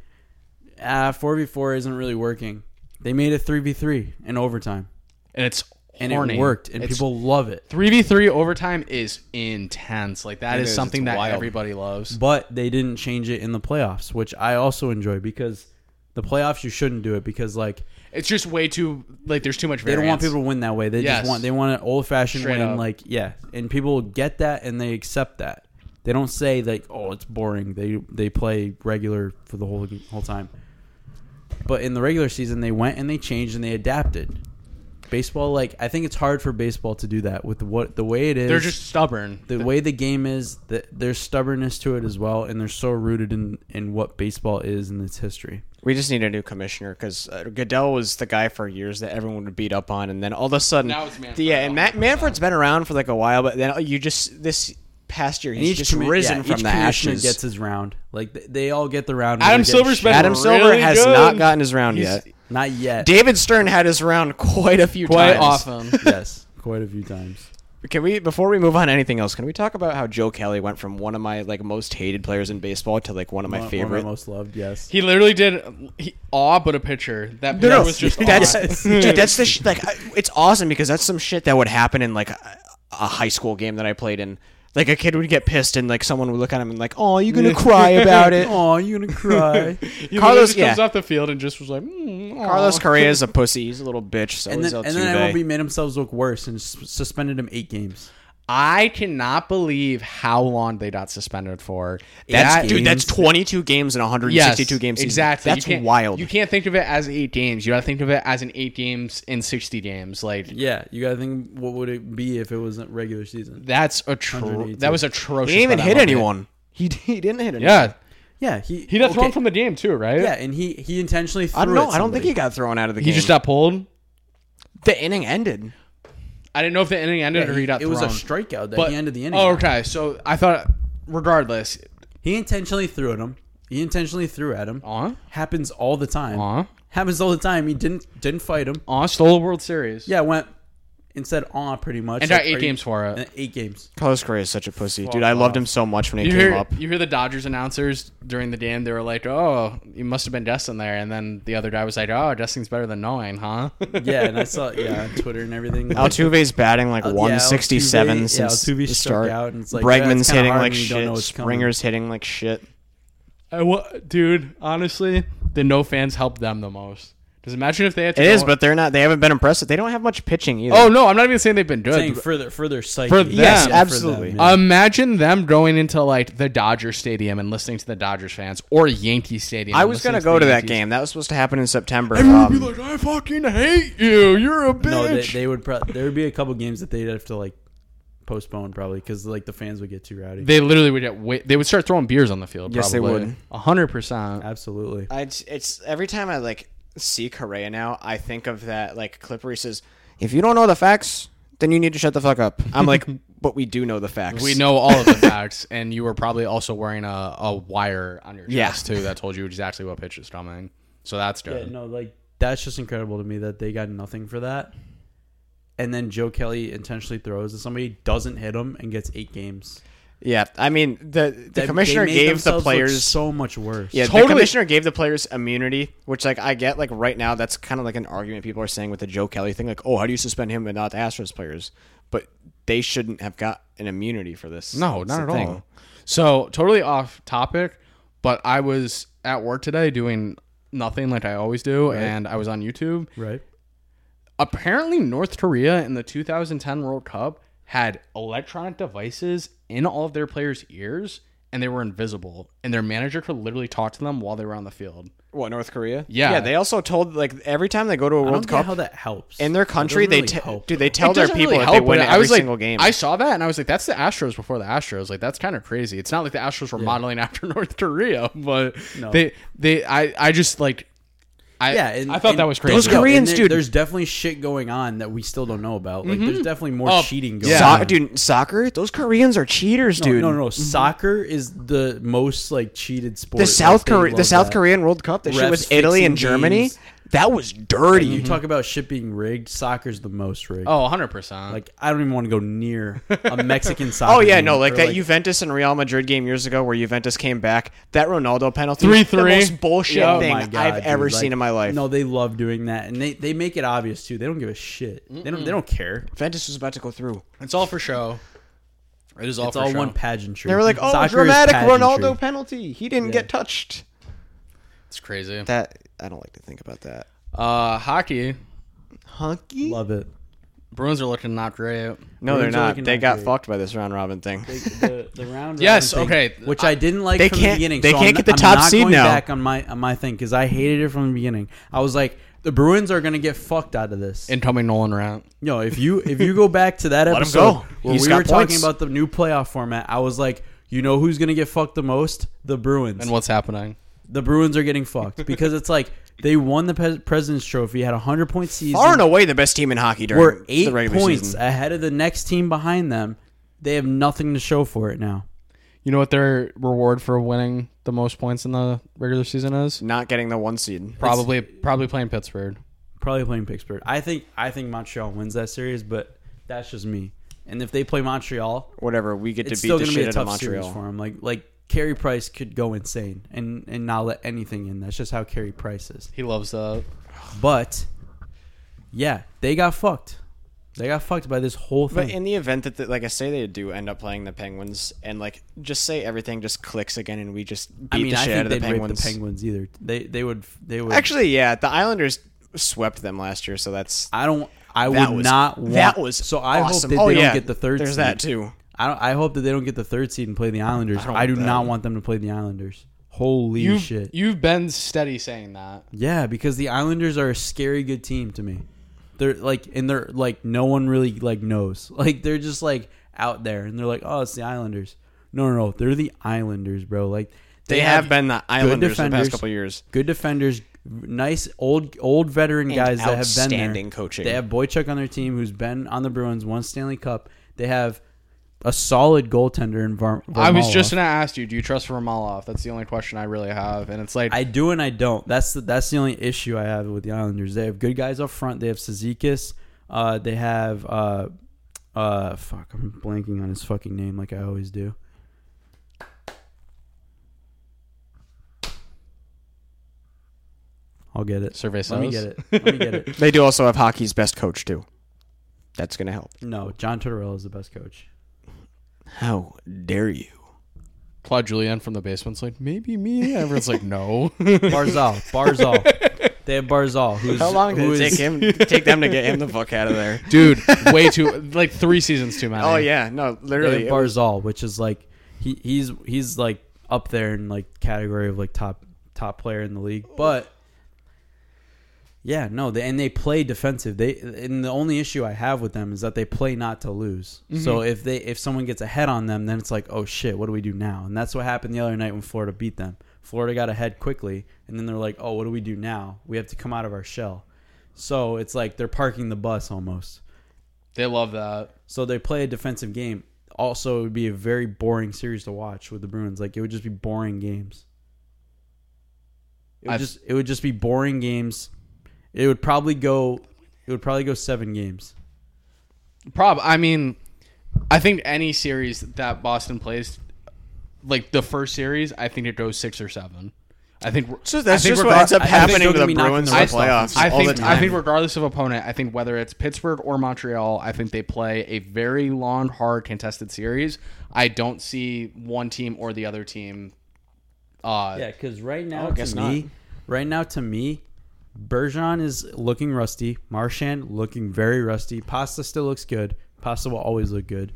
A: ah, four v four isn't really working. They made it three v three in overtime,
B: and it's
A: and
B: horny.
A: it worked, and people love it.
B: Three v three overtime is intense. Like that
C: It
B: is,
C: is.
B: something
C: It's
B: that
C: wild.
B: everybody loves.
A: But they didn't change it in the playoffs, which I also enjoy because the playoffs you shouldn't do it because like
B: It's just way too like there's too much.
A: they don't want
B: variance.
A: people to win that way. They
B: Yes.
A: just want they want an old fashioned
B: Straight
A: win,
B: up.
A: like yeah, and people will get that and they accept that. They don't say like oh it's boring. They they play regular for the whole whole time. But in the regular season, they went and they changed and they adapted. Baseball, like I think it's hard for baseball to do that with what the way it is
B: They're just stubborn.
A: the way the game is, that there's stubbornness to it as well, and they're so rooted in in what baseball is and its history.
C: We just need a new commissioner because uh, Goodell was the guy for years that everyone would beat up on, and then all of a sudden,
B: Now it's Manfred,
C: yeah, and Ma-
B: 100%.
C: Manfred's been around for like a while, but then you just this past year he's just
A: commi-
C: risen
A: yeah,
C: from
A: each
C: the
A: commissioner
C: ashes.
A: Gets his round. Like they, they all get the round.
B: Adam
A: They get
B: Silver's
A: shit.
B: been-
C: Adam Silver
B: really
C: has
B: good.
C: not gotten his round
B: He's-
C: yet.
A: not yet. Um,
C: David Stern had his round quite a few
B: Quite
C: times.
B: often.
A: yes, quite a few times.
C: Can we before we move on to anything else? Can we talk about how Joe Kelly went from one of my like most hated players in baseball to like one of my
A: One- one
C: favorite?
A: of my most loved. Yes,
B: He literally did he, awe, but a picture. That picture
C: no, no,
B: was just
C: that's
B: awe.
C: dude, that's the sh- like I, it's awesome because that's some shit that would happen in like a, a high school game that I played in. Like a kid would get pissed and like someone would look at him and like, oh, you gonna cry about it?
A: oh, you gonna cry?
B: He
C: Carlos-
B: Carlos comes
C: yeah.
B: off the field and just was like, mm, aw.
C: Carlos Correa is a pussy. He's a little bitch. So
A: and
C: is
A: then and
C: Altuve.
A: then MLB made themselves look worse and s- suspended him eight games.
B: I cannot believe how long they got suspended for.
C: that's
B: That-
C: dude. That's
A: games.
C: 22 games in 162 games.
B: Exactly. You
C: That's
B: can't-
C: wild.
B: You can't think of it as eight games. You gotta think of it as an eight games in sixty games. Like
A: Yeah, you gotta think what would it be if it wasn't regular season?
B: that's atro-
A: 180.
B: That was atrocious.
C: he didn't even
B: by that
C: hit
B: moment.
C: anyone. He, he didn't hit anyone.
B: Yeah,
A: Yeah, he
B: he got thrown
A: okay.
B: from the game too, right?
A: yeah, and he he intentionally. Threw
C: I don't know.
A: at
C: I don't think
A: somebody.
C: he got thrown out of the
B: He
C: game.
B: just got pulled.
C: the inning ended.
B: I didn't know if the inning ended or he got
A: it was
B: thrown.
A: a strikeout that
B: But-
A: he ended the inning.
B: Oh,
A: on.
B: okay. So I thought, regardless,
A: He intentionally threw at him. He intentionally threw at him.
B: Uh-huh.
A: Happens all the time.
B: Uh-huh.
A: Happens all the time. He didn't didn't fight him.
B: oh, stole the World Series.
A: Yeah, went and said ah pretty much.
B: and
A: Like,
B: got
A: are
B: eight
A: you-
B: games for it.
A: and eight games.
C: Carlos Correa is such a pussy, dude. I loved him so much when he
B: You
C: came
B: hear,
C: up.
B: you hear the Dodgers announcers during the game. They were like, "Oh, you must have been Destin there," and then the other guy was like, "Oh, Destin's better than knowing, huh?"
A: Yeah, and I saw yeah on Twitter and everything. Like,
C: Altuve's batting like uh,
A: yeah,
C: 167
A: Altuve- yeah,
C: since
A: Altuve
C: the
A: struck
C: start.
A: out, and it's like, yeah,
C: Bregman's
A: it's kinda
C: hitting
A: hard
C: like
A: when you don't know
C: shit.
A: what's coming.
C: Springer's hitting like shit.
B: I wa- dude, honestly, the no fans helped them the most. Because imagine if they had to
C: It
B: go-
C: is, but they're not. They haven't been impressive. They don't have much pitching either.
B: oh no, I'm not even saying they've been good.
A: saying further further psyche.
B: For them. Yes,
A: Yeah, for them,
C: absolutely.
A: yeah.
B: Imagine them going into like the Dodger Stadium and listening to the Dodgers fans or Yankee Stadium.
C: I
B: and
C: was
B: listening
C: gonna go to
B: the
C: that
B: Yankees.
C: game. That was supposed to happen in September.
B: Everyone would
C: um,
B: be like, "I fucking hate you. You're a bitch."
A: no, they, they would. Pro- there would be a couple games that they'd have to like postpone probably because like the fans would get too rowdy.
B: They literally would get wa- they would start throwing beers on the field.
C: Yes, they
B: probably.
C: would.
B: A hundred percent.
A: absolutely.
C: I, it's every time I like see Correa now, I think of that like clip where he says, "If you don't know the facts, then you need to shut the fuck up." I'm like, but we do know the facts.
B: We know all of the facts, and you were probably also wearing a, a wire on your
C: Yeah.
B: chest too that told you exactly what pitch is coming. So that's
A: Yeah,
B: good.
A: no, like that's just incredible to me that they got nothing for that. And then Joe Kelly intentionally throws and somebody doesn't hit him and gets eight games.
C: Yeah, I mean the the
A: They-
C: commissioner
A: they made
C: gave
A: themselves
C: the
A: look
C: players
A: so much worse.
C: Yeah,
B: Totally.
C: the commissioner gave the players immunity, which like I get like right now that's kind of like an argument people are saying with the Joe Kelly thing, like oh how do you suspend him and not the Astros players? But they shouldn't have got an immunity for this.
B: No,
C: It's
B: not
C: the
B: at
C: thing.
B: all. So totally off topic, but I was at work today doing nothing like I always do, and I was on YouTube.
A: Right?
B: Apparently, North Korea in the 2010 World Cup had electronic devices in all of their players' ears, and they were invisible, and their manager could literally talk to them while they were on the field.
C: What North Korea?
B: Yeah.
C: yeah. They also told like every time they go to a
A: I don't
C: World
A: get
C: Cup
A: how that helps.
C: in their
A: That doesn't
C: country, they
A: really
C: te-
A: help,
C: do
A: though.
C: they tell
B: It
C: their
B: doesn't
C: people
B: really
C: that
B: help,
C: they win
B: but I
C: every
B: was like-
C: single game.
B: I saw that and I was like, "That's the Astros before the Astros." Like that's kind of crazy. It's not like the Astros were modeling after North Korea, but
A: No.
B: they they I I just like I
A: Yeah, and,
B: I thought
A: and-
B: that was crazy.
C: Those
A: and
C: Koreans,
A: there-
C: dude. Mm-hmm.
A: There's definitely shit going on that we still don't know about. Like, there's definitely more
B: Oh,
A: cheating going
B: yeah.
A: on.
C: So- dude, soccer. Those Koreans are cheaters,
A: No,
C: dude.
A: no, no, no. Soccer is the most like cheated sport.
C: The South
A: Like, they
C: Korea, the
A: love
C: South
A: that.
C: Korean World Cup, that shit
A: Refs
C: was Italy
A: fixing
C: and Germany.
A: games.
C: That was dirty.
A: You talk about shit being rigged. Soccer's the most rigged.
B: Oh, 100%.
A: Like I don't even want to go near a Mexican soccer.
C: Oh yeah,
A: game
C: no, like
A: or,
C: that Juventus and Real Madrid game years ago where Juventus came back. That Ronaldo penalty,
B: 3-3.
C: the most bullshit
B: Yeah. Oh
C: thing
A: my God,
C: I've
A: dude,
C: ever
A: like,
C: seen in my life.
A: No, they love doing that, and they, they make it obvious too. They don't give a shit. They don't they don't care.
C: Juventus was about to go through.
B: It's all for show. It is all
A: It's
B: for
A: all
B: show.
A: one pageantry.
C: They were like, "Oh,
A: Mm-hmm. Soccer is
C: dramatic
A: pageantry."
C: Ronaldo penalty. He didn't get touched."
B: It's crazy.
C: That I don't like to think about that.
B: Uh, hockey.
C: Hunky?
A: Love it.
B: Bruins are looking not great.
C: No, they're
A: Bruins are
C: not.
A: looking
C: They
A: not
C: got
A: great.
C: fucked by this round robin thing.
A: the, the round.
B: Yes,
A: robin thing,
B: okay.
A: Which I didn't like
C: They
A: from
C: can't-
A: the beginning.
C: they
A: so
C: can't
A: I'm,
C: get the
A: I'm
C: top
A: not
C: seed
A: going
C: now.
A: Back on my on my thing because I hated it from the beginning. I was like, the Bruins are going to get fucked out of this.
B: Incoming Nolan Rant.
A: No, if you if you go back to that
C: 'em
A: episode
C: go.
A: where
C: He's
A: we
C: got
A: were
C: points.
A: talking about the new playoff format, I was like, you know who's gonna get fucked the most? The Bruins.
B: And what's happening?
A: the Bruins are getting fucked because it's like they won the Pres- President's Trophy, had a hundred point season,
C: Far and away the best team in hockey during
A: were eight
C: the regular
A: points
C: season.
A: ahead of the next team behind them. They have nothing to show for it now.
B: You know what their reward for winning the most points in the regular season is?
C: Not getting the one seed.
B: Probably, probably playing Pittsburgh.
A: Probably playing Pittsburgh. I think I think Montreal wins that series, but that's just me. And if they play Montreal,
C: Whatever. We get
A: it's
C: to
A: still
C: beat the
A: going to
C: shit
A: be a
C: out of
A: tough series
C: Montreal.
A: for him. Like like Carey Price could go insane and and not let anything in. That's just how Carey Price is.
B: He loves that.
A: But yeah, they got fucked. They got fucked by this whole
C: But
A: thing.
C: in the event that, the, like I say, they do end up playing the Penguins, and like just say everything just clicks again, and we just beat
A: I mean,
C: the
A: I
C: shit out
A: think
C: of the
A: they'd rape
C: Penguins.
A: the Penguins either. They they would they would
C: Actually, yeah, the Islanders swept them last year, so that's
A: I don't. I
C: that
A: would
C: was
A: not want
C: that was
A: so. I hope
C: awesome.
A: that
C: oh,
A: they don't
C: yeah,
A: get the third.
C: There's
A: seed.
C: that too.
A: I don't. I hope that they don't get the third seed and play the Islanders. I,
C: don't
A: do
C: want that.
A: not want them to play the Islanders. Holy
B: You've,
A: shit!
B: you've been steady saying that.
A: Yeah, because the Islanders are a scary good team to me. They're like, and they're like, no one really like knows. Like they're just like out there, and they're like, oh, it's the Islanders. No, no, no, they're the Islanders, bro. Like
C: They, have, been the Islanders the past
A: defenders.
C: couple years.
A: good defenders, nice old old veteran guys that have been
C: outstanding
A: there.
C: coaching.
A: They have Boychuk on their team, who's been on the Bruins, won Stanley Cup. They have a solid goaltender in Var-
B: I was just
A: Varlamov.
B: gonna ask you, do you trust Romalov? That's the only question I really have, and it's like
A: I do and I don't. That's the, that's the only issue I have with the Islanders. They have good guys up front. They have Sezikis. Uh, they have uh, uh, fuck. I'm blanking on his fucking name like I always do. I'll get it.
B: survey
A: Let me get it. Let me get it.
C: They do also have hockey's best coach too. That's gonna help.
A: No, John Tortorella is the best coach.
C: How dare you?
B: Claude Julien from the basement's like, maybe me. Everyone's like, no.
A: Barzal. Barzal. They have Barzal. Who's,
C: How long did
A: who
C: it take
A: is-
C: him? Take them to get him the fuck out of there?
B: Dude, way too like three seasons too many.
C: Oh yeah, no,
A: They
C: literally.
A: have
C: it was-
A: Barzal, which is like he, he's he's like up there in like category of like top top player in the league. But yeah, no, they, and they play defensive. They and the only issue I have with them is that they play not to lose.
C: Mm-hmm.
A: So if they if someone gets ahead on them, then it's like, oh shit, what do we do now? And that's what happened the other night when Florida beat them. Florida got ahead quickly, and then they're like, oh, what do we do now? We have to come out of our shell. So it's like they're parking the bus almost.
B: They love that.
A: So they play a defensive game. Also, it would be a very boring series to watch with the Bruins. Like it would just be boring games. It would
B: I've-
A: just it would just be boring games. It would probably go it would probably go seven games.
B: Prob I mean, I think any series that Boston plays, like the first series, I think it goes six or seven. I think we're-
C: So
B: I
C: that's
B: think
C: just
B: we're
C: what
B: go-
C: ends up
A: I think
C: happening
A: they're
C: to
A: gonna
C: the
A: be knocking
C: Bruins in
A: the
C: the
A: Red Sox.
C: playoffs
B: I
C: all the
B: think, I
C: time.
B: think regardless of opponent, I think whether it's Pittsburgh or Montreal, I think they play a very long, hard, contested series. I don't see one team or the other team. Uh,
A: Yeah, because right now
C: Oh,
A: to
C: guess
A: me,
C: not.
A: right now to me, Bergeron is looking rusty. Marchand looking very rusty. Pasta still looks good. Pasta will always look good.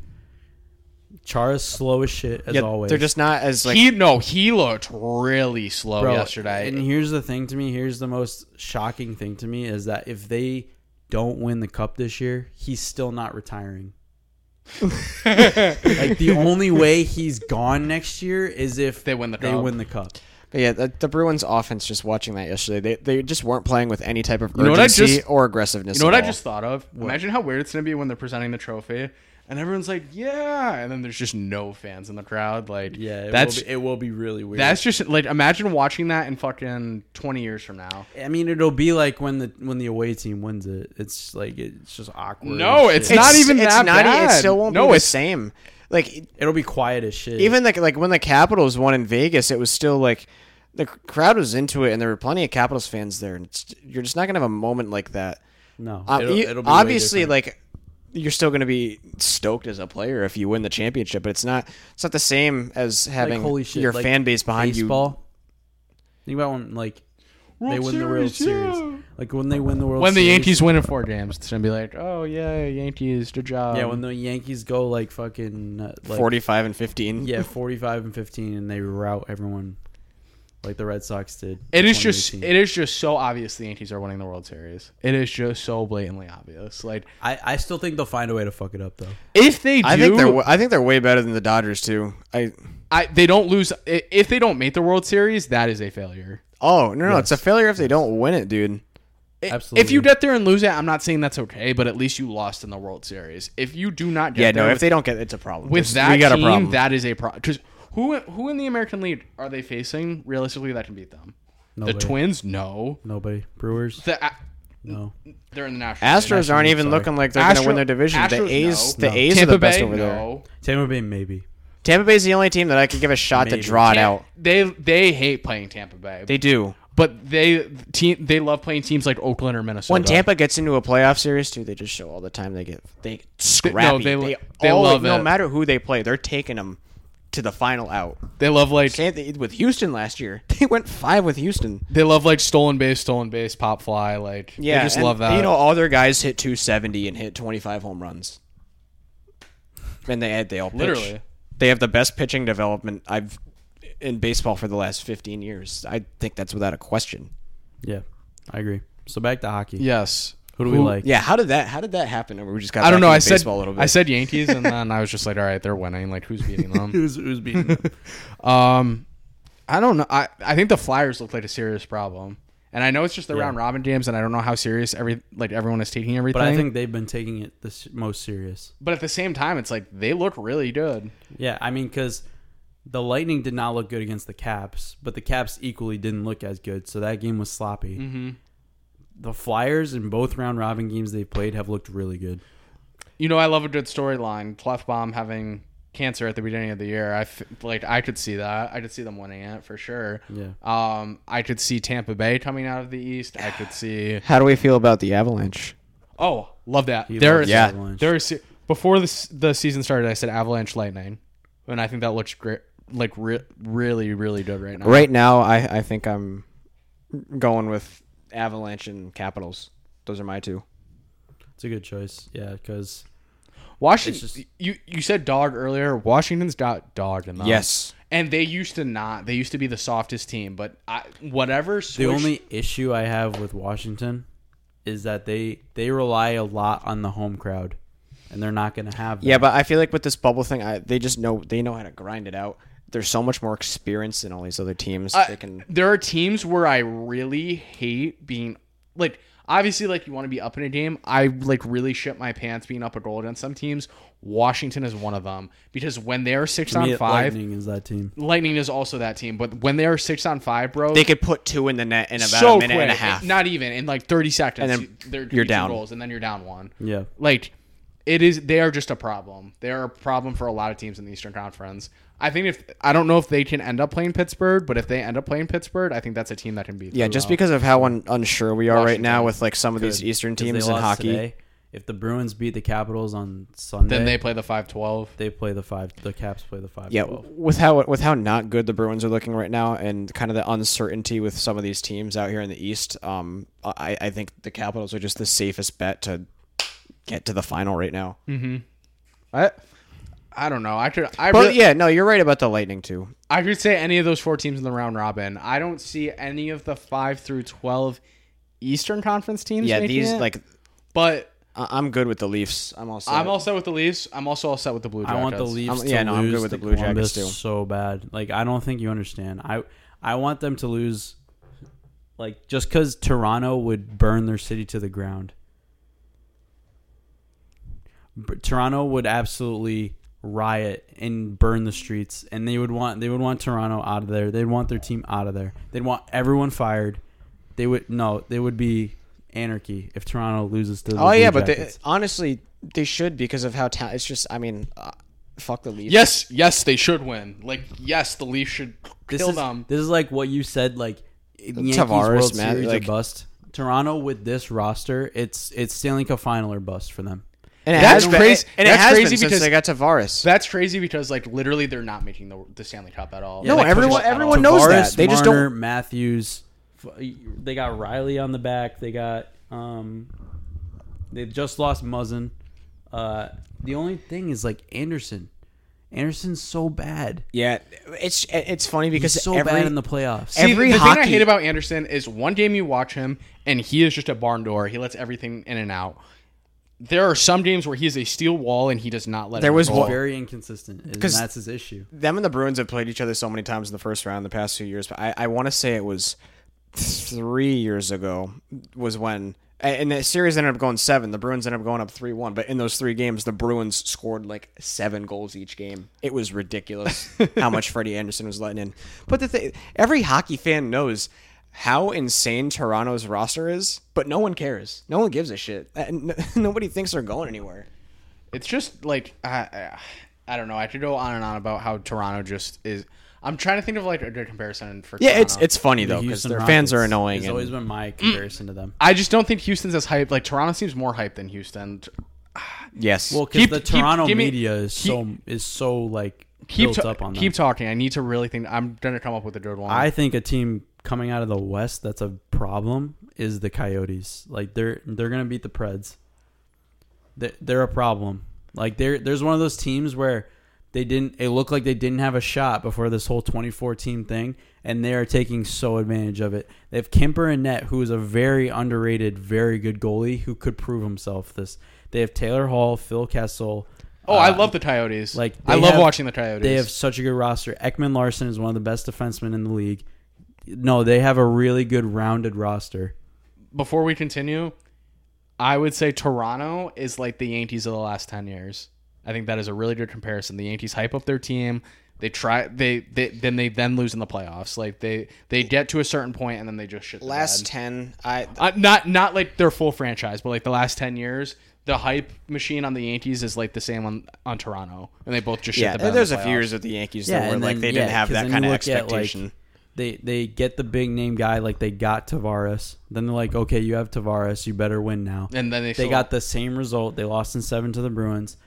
A: Chara's slow as shit as
C: Yeah,
A: always.
C: they're just not as like.
B: he no, he looked really slow
A: Bro,
B: yesterday.
A: And here's the thing to me. Here's the most shocking thing to me is that if they don't win the cup this year, he's still not retiring. like the only way he's gone next year is if
B: They win the
A: they
B: cup.
A: win the cup.
C: yeah, the, the Bruins offense. Just watching that yesterday, they they just weren't playing with any type of
B: know what I
C: urgency
B: just-
C: or aggressiveness.
B: You know what
C: at
B: I
C: all.
B: just thought of? Imagine how weird it's gonna be when they're presenting the trophy, and and everyone's like, "Yeah," and then there's just no fans in the crowd. Like,
A: Yeah, it
B: that's
A: will be, it will be really weird.
B: that's just like imagine watching that in fucking 20 years from now.
A: I mean, it'll be like when the when the away team wins it. It's like it's just awkward.
B: No,
A: as
B: it's
A: shit.
B: not even that
C: not e-
B: bad.
C: It still won't
B: No,
C: be the
B: it's-
C: same. Like
A: It'll be quiet as shit.
C: even like like when the Capitals won in Vegas, it was still like the c- crowd was into it, and there were plenty of Capitals fans there. And it's, you're just not gonna have a moment like that.
A: no,
C: Uh,
A: it'll,
C: you-
A: it'll be way
C: obviously,
A: different.
C: like you're still gonna be stoked as a player if you win the championship, but it's not it's not the same as having
A: like, holy shit,
C: your
A: like,
C: fan base behind you.
A: baseball. Think about when like they win the World Series, like when they win the World
B: When the
A: Series.
B: Yankees win in four games, it's gonna be like, "Oh yeah, Yankees, good job."
A: yeah, when the Yankees go like fucking uh, like,
C: Forty-five and fifteen.
A: yeah, forty-five and fifteen, and they rout everyone, like the Red Sox did. in
B: It is just
A: 2018.
B: it is just so obvious the Yankees are winning the World Series. It is just so blatantly obvious. Like
A: I, I still think they'll find a way to fuck it up though.
B: if they do,
C: I think they're w- I think they're way better than the Dodgers too. I
B: I, they don't lose i- if they don't make the World Series. That is a failure.
C: oh no no, it's a failure if they don't win it, dude.
B: I- If
A: Absolutely.
B: you get there and lose it, I'm not saying that's okay, but at least you lost in the World Series. If you do not get
C: Yeah,
B: there
C: no,
B: with,
C: if they don't get it's a problem.
B: with
C: There's-
B: that
C: we got
B: team,
C: a problem.
B: that is a problem. Because who who in the American League are they facing realistically that can beat them?
A: Nobody.
B: The Twins, no.
A: Nobody. Brewers.
B: The, a-
A: No.
B: they're in the National.
C: Astros aren't even
A: sorry.
C: looking like they're going to
B: Astro-
C: win their division.
B: Astros,
C: the A's,
B: no.
C: the A's
B: Tampa
C: are the best
B: Bay,
C: over there.
B: no.
A: Tampa Bay maybe.
C: Tampa Bay's the only team that I could give a shot
A: Maybe.
C: to draw it
B: Tam-
C: out.
B: They they hate playing Tampa Bay.
C: They do.
B: but they team they love playing teams like Oakland or Minnesota.
C: When Tampa gets into a playoff series, too, they just show all the time they get they get scrappy.
B: they-
C: they, they,
B: they
C: always-
B: love
C: no
B: it.
C: matter who they play, they're taking them to the final out.
B: they love like
C: Same thing with Houston last year. They went five with Houston.
B: they love like stolen base, stolen base, pop fly. Like yeah, they just
C: and,
B: love that.
C: You know, all their guys hit 270 and hit 25 home runs. And they had they all pitch.
B: Literally.
C: They have the best pitching development I've in baseball for the last 15 years. I think that's without a question.
A: Yeah, I agree. So back to hockey.
B: yes.
A: Who do we like?
C: Yeah, how did that how did that happen? We just got
B: I don't
C: back
B: know.
C: into
B: I said
C: baseball a little bit.
B: I said Yankees, and then I was just like, all right, they're winning. Like who's beating them?
A: Who's who's beating? them?
B: um, I don't know. I I think the Flyers look like a serious problem. And I know it's just the round robin games, and I don't know how serious every like everyone is taking everything.
A: But I think they've been taking it the s- most serious.
B: but at the same time, it's like they look really good.
A: Yeah, I mean, because the Lightning did not look good against the Caps, but the Caps equally didn't look as good, so that game was sloppy. The Flyers in both round robin games they played have looked really good.
B: You know, I love a good storyline. Clefbaum having cancer at the beginning of the year. I f- like I could see that. I could see them winning it for sure.
A: Yeah.
B: Um, I could see Tampa Bay coming out of the East. I could see.
C: How do we feel about the Avalanche?
B: Oh, love that. There
A: loves
B: is
A: the
B: yeah.
A: Avalanche.
B: There is before the s- the season started. I said Avalanche Lightning, and I think that looks great. Like re- really, really good right now.
C: Right now, I I think I'm going with Avalanche and Capitals. Those are my two.
A: It's a good choice. Yeah, because
B: Washington.
A: It's just-
B: you you said dog earlier. Washington's got dog in them.
C: Yes.
B: And they used to not. They used to be the softest team, but I, whatever.
A: the
B: switch-
A: only issue I have with Washington is that they they rely a lot on the home crowd, and they're not going to have. That.
C: Yeah, but I feel like with this bubble thing, I, they just know they know how to grind it out. There's so much more experience than all these other teams.
B: I-
C: they can.
B: there are teams where I really hate being like obviously like you want to be up in a game. I like really shit my pants being up a goal against some teams. Washington is one of them because when they are six
A: Me
B: on
A: at
B: five, lightning.
A: Lightning is that team.
B: is also that team. But when they are six on five, bro,
C: They could put two in the net in about
B: so
C: a minute
B: quick,
C: and a half.
B: not even in like thirty seconds.
C: And then
B: you- they're
C: you're
B: two
C: down.
B: goals, and then you're down one.
A: Yeah,
B: Like it is they are just a problem. They are a problem for a lot of teams in the Eastern Conference. I think if I don't know if they can end up playing Pittsburgh, but if they end up playing Pittsburgh, I think that's a team that can beat.
C: yeah,
B: through
C: just
B: well.
C: because of how un- unsure we are right
B: Washington
C: now with like some of these
A: Good.
C: Eastern
A: 'Cause they
C: teams in
A: lost
C: hockey.
A: today. If the Bruins beat the Capitals on Sunday,
B: then they play the five twelve.
A: they play the five. The Caps play the five.
C: Yeah,
A: 12.
C: with how with how not good the Bruins are looking right now, and kind of the uncertainty with some of these teams out here in the East, um, I, I think the Capitals are just the safest bet to get to the final right now.
B: Hmm. I I don't know. I could I
C: But
B: really-
C: yeah, no, you're right about the Lightning too.
B: I could say any of those four teams in the round robin. I don't see any of the five through twelve Eastern Conference teams.
C: Yeah,
B: making
C: these
B: it,
C: like
B: But
C: I- I'm good with the Leafs. I'm also
B: I'm all set with the Leafs. I'm also all set with the Blue Jackets.
A: I want the Leafs
C: I'm- yeah,
A: to
C: no, I'm
A: lose
C: good with
A: to
C: the Blue
A: Columbus
C: Jackets, too.
A: so bad. Like I don't think you understand. I I want them to lose. Like just because Toronto would burn their city to the ground. B- Toronto would absolutely riot and burn the streets, and they would want they would want Toronto out of there. They'd want their team out of there. They'd want everyone fired. They would no, they would be anarchy if Toronto loses to. The
C: Oh
A: Blue
C: yeah, but they,
A: Jackets.
C: honestly, they should because of how ta- it's just. I mean, uh, fuck the Leafs.
B: Yes, yes, they should win. Like, yes, the Leafs should
A: this
B: kill
A: is
B: them.
A: this is like what you said, like Yankees
C: Tavares,
A: World
C: man,
A: Series
C: like-
A: or bust. Toronto with this roster, it's it's Stanley Cup final or bust for them.
C: and it
B: That's
C: has been-
B: crazy-
C: And it
B: that's
C: has
B: crazy
C: been since
B: because-
C: they got Tavares.
B: That's crazy because like literally they're not making the the Stanley Cup at all.
A: No,
B: Like,
C: everyone-
B: at all.
C: everyone knows- that.
A: Tavares,
C: They just
A: Marner,
C: don't-
A: Matthews. f- They got Riley on the back. They got um, they just lost Muzzin. Uh, the only thing is like Anderson. Anderson's so bad.
C: yeah, it's it's funny
A: He's
C: because
A: so
C: every,
A: bad in the playoffs.
C: every-
B: See, the thing I
C: hockey-
B: hate about Anderson is one game you watch him and he is just a barn door. He lets everything in and out. There are some games where he is a steel wall and he does not let.
C: There
B: it
C: was
B: roll.
A: He's
C: one-
A: very inconsistent, and
C: 'Cause-
A: that's his issue.
C: them and the Bruins have played each other so many times in the first round the past few years. But I, I want to say it was three years ago was when and the series ended up going seven. The Bruins ended up going up three one. But in those three games, the Bruins scored like seven goals each game. It was ridiculous how much Freddie Anderson was letting in. But the thing, every hockey fan knows how insane Toronto's roster is, but no one cares. No one gives a shit. And n- nobody thinks they're going anywhere.
B: It's just like I, I, I don't know. I could go on and on about how Toronto just is. I'm trying to think of like a good comparison for.
C: Yeah, it's
B: Toronto.
C: it's funny though because
A: Houston
C: Oh, their fans are
A: Rockets
C: annoying.
A: has
C: and- Mm.
A: always been my comparison to them.
B: I just don't think Houston's as hyped. Like Toronto seems more hyped than Houston.
C: yes,
A: Well, because
B: Keep-
A: the
B: keep-
A: Toronto
B: give me-
A: media is so is so like
B: Keep
A: built
B: ta-
A: up on them.
B: keep talking. I need to really think. I'm gonna come up with a good one.
A: I think a team coming out of the West that's a problem is the Coyotes. Like they're they're gonna beat the Preds. They're, they're a problem. Like they're there's one of those teams where they didn't. It looked like they didn't have a shot before this whole 24 team thing, and they are taking so advantage of it. They have Kemper and Net, who is a very underrated, very good goalie who could prove himself. This they have Taylor Hall, Phil Kessel.
B: oh, I love the Coyotes.
A: uh, Like
B: I
A: they
B: love
A: have-
B: watching the Coyotes.
A: They have such a good roster. Ekman Larson is one of the best defensemen in the league. No, they have a really good rounded roster.
B: Before we continue, I would say Toronto is like the Yankees of the last ten years. I think that is a really good comparison. The Yankees hype up their team. They try. They, they then they then lose in the playoffs. Like they they get to a certain point and then they just shit. the
C: last
B: bed.
C: ten, I
B: Uh, not not like their full franchise, but like the last ten years, the hype machine on the Yankees is like the same on on Toronto, and they both just shit
C: yeah.
B: the bed. in
C: there's
B: the
C: a few
B: playoffs.
C: years with the Yankees that were like
A: then-
C: they didn't
A: yeah,
C: have
A: 'cause
C: that
A: then
C: kind
A: you
C: of
A: look at, like,
C: expectation.
A: they they get the big name guy like they got Tavares. Then they're like, okay, you have Tavares, you better win now.
B: and then they,
A: they got the same result. They lost in seven to the Bruins.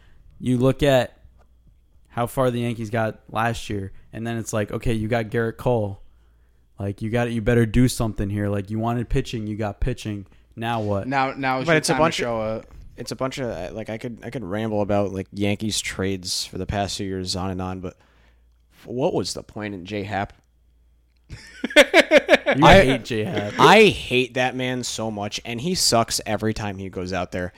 A: You look at how far the Yankees got last year, and then it's like, okay, you got Garrett Cole. Like you got it. You better do something here. Like you wanted pitching, you got pitching. Now what?
B: now now. Is
C: But
B: your
C: it's a
B: time to
C: bunch of-
B: show up.
C: it's a bunch of uh, like I could I could ramble about like Yankees trades for the past few years on and on, but what was the point in J Hap?
A: you I, hate J Hap.
C: I hate that man so much, and he sucks every time he goes out there.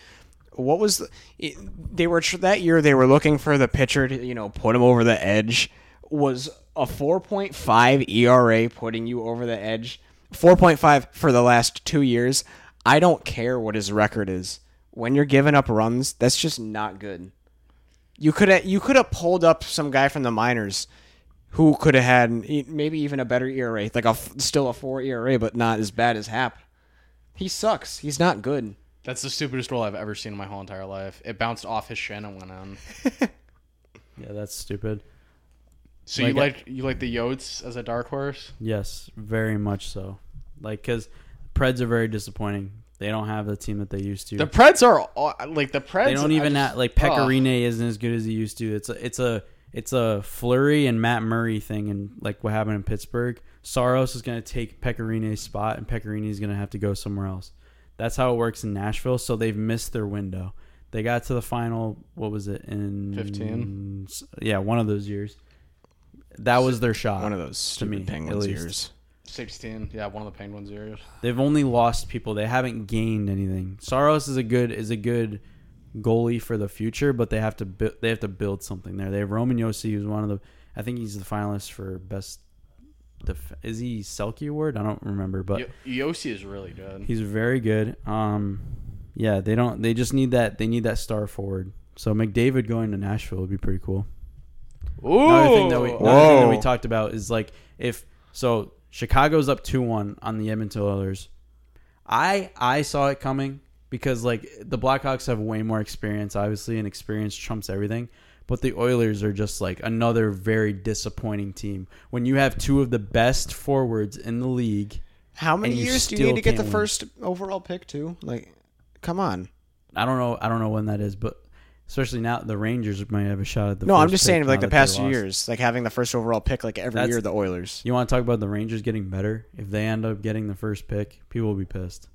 C: What was the, it- they were tr- that year? They were looking for the pitcher to you know put him over the edge. Was a four point five ERA putting you over the edge? Four point five for the last two years. I don't care what his record is. When you're giving up runs, that's just not good. You could have you could have pulled up some guy from the minors who could have had e- maybe even a better ERA, like a f- still a four ERA, but not as bad as Hap. He sucks. He's not good.
B: That's the stupidest roll I've ever seen in my whole entire life. It bounced off his shin and went on.
A: Yeah, that's stupid.
B: So you like you like the Yotes as a dark horse?
A: Yes, very much so. Like because Preds are very disappointing. They don't have the team that they used to.
B: The Preds are aw- like the Preds.
A: they don't even
B: I just-
A: have, like
B: ugh.
A: Pecorine isn't as good as he used to. It's a it's a it's a Flurry and Matt Murray thing, and like what happened in Pittsburgh. Saros is going to take Pecorine's spot, and Pecorine is going to have to go somewhere else. That's how it works in Nashville. So they've missed their window. They got to the final. What was it in
B: 15?
A: Yeah, one of those years. That was their shot.
C: One of those
A: me,
C: stupid
A: at
C: Penguins
A: least.
C: years.
B: sixteen. Yeah, one of the Penguins years.
A: They've only lost people. They haven't gained anything. Saros is a good is a good goalie for the future, but they have to bu- they have to build something there. They have Roman Yossi, who's one of the I think he's the finalist for best. Def- is he Selkie Award? I don't remember, but
B: Yo- Yossi is really good.
A: he's very good. Um, yeah, they don't. They just need that. They need that star forward So McDavid going to Nashville would be pretty cool.
B: Ooh.
A: Another thing that we another thing that we
C: Whoa.
A: talked about is like if so Chicago's up two one on the Edmonton Oilers. I I saw it coming because like the Blackhawks have way more experience, obviously, and experience trumps everything. But the Oilers are just like another very disappointing team. When you have two of the best forwards in the league,
C: How many
A: And you
C: years do you
A: still
C: need to get the
A: can't win.
C: first overall pick too? Like, come on.
A: I don't know I don't know when that is, but especially now the Rangers might have a shot at the
C: No, I'm
A: first
C: just
A: pick
C: saying,
A: now
C: like the
A: that they
C: past few
A: lost.
C: years, like having the first overall pick, like every
A: That's-
C: year, the Oilers.
A: You want to talk about the Rangers getting better? If they end up getting the first pick, people will be pissed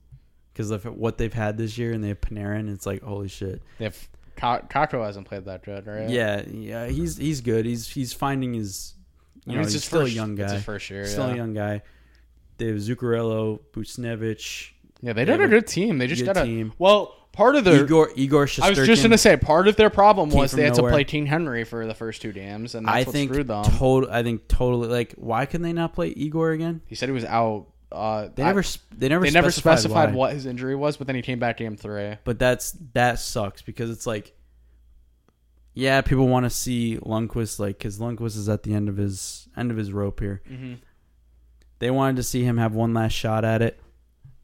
A: because of what they've had this year, and they have Panarin. It's like holy shit.
B: If Ka- Kako hasn't played that good, right?
A: Yeah, yeah, he's he's good. He's he's finding his.
B: I
A: You
B: mean,
A: know,
B: it's
A: he's
B: his
A: still
B: first-
A: a young guy.
B: It's his first year.
A: Still
B: yeah.
A: a young guy. They have Zuccarello, Bucnevich,
B: Yeah, they
A: They
B: did a
A: have a
B: good team. They just
A: good
B: got a
A: team.
B: well. Part of their
A: Igor Igor Shesterkin.
B: I was just gonna say part of their problem
A: Came
B: was
A: from
B: they had
A: nowhere.
B: to play King Henry for the first two games, and that's
A: I
B: what
A: think
B: screwed them.
A: total. I think totally. Like, why can they not play Igor again?
B: he said he was out. Uh,
A: They
B: I-
A: never. sp they never.
B: they never
A: specified,
B: specified
A: why.
B: what his injury was, but then he came back game three.
A: But that's that sucks because it's like, yeah, people want to see Lundqvist like because Lundqvist is at the end of his end of his rope here.
B: Mhm.
A: They wanted to see him have one last shot at it,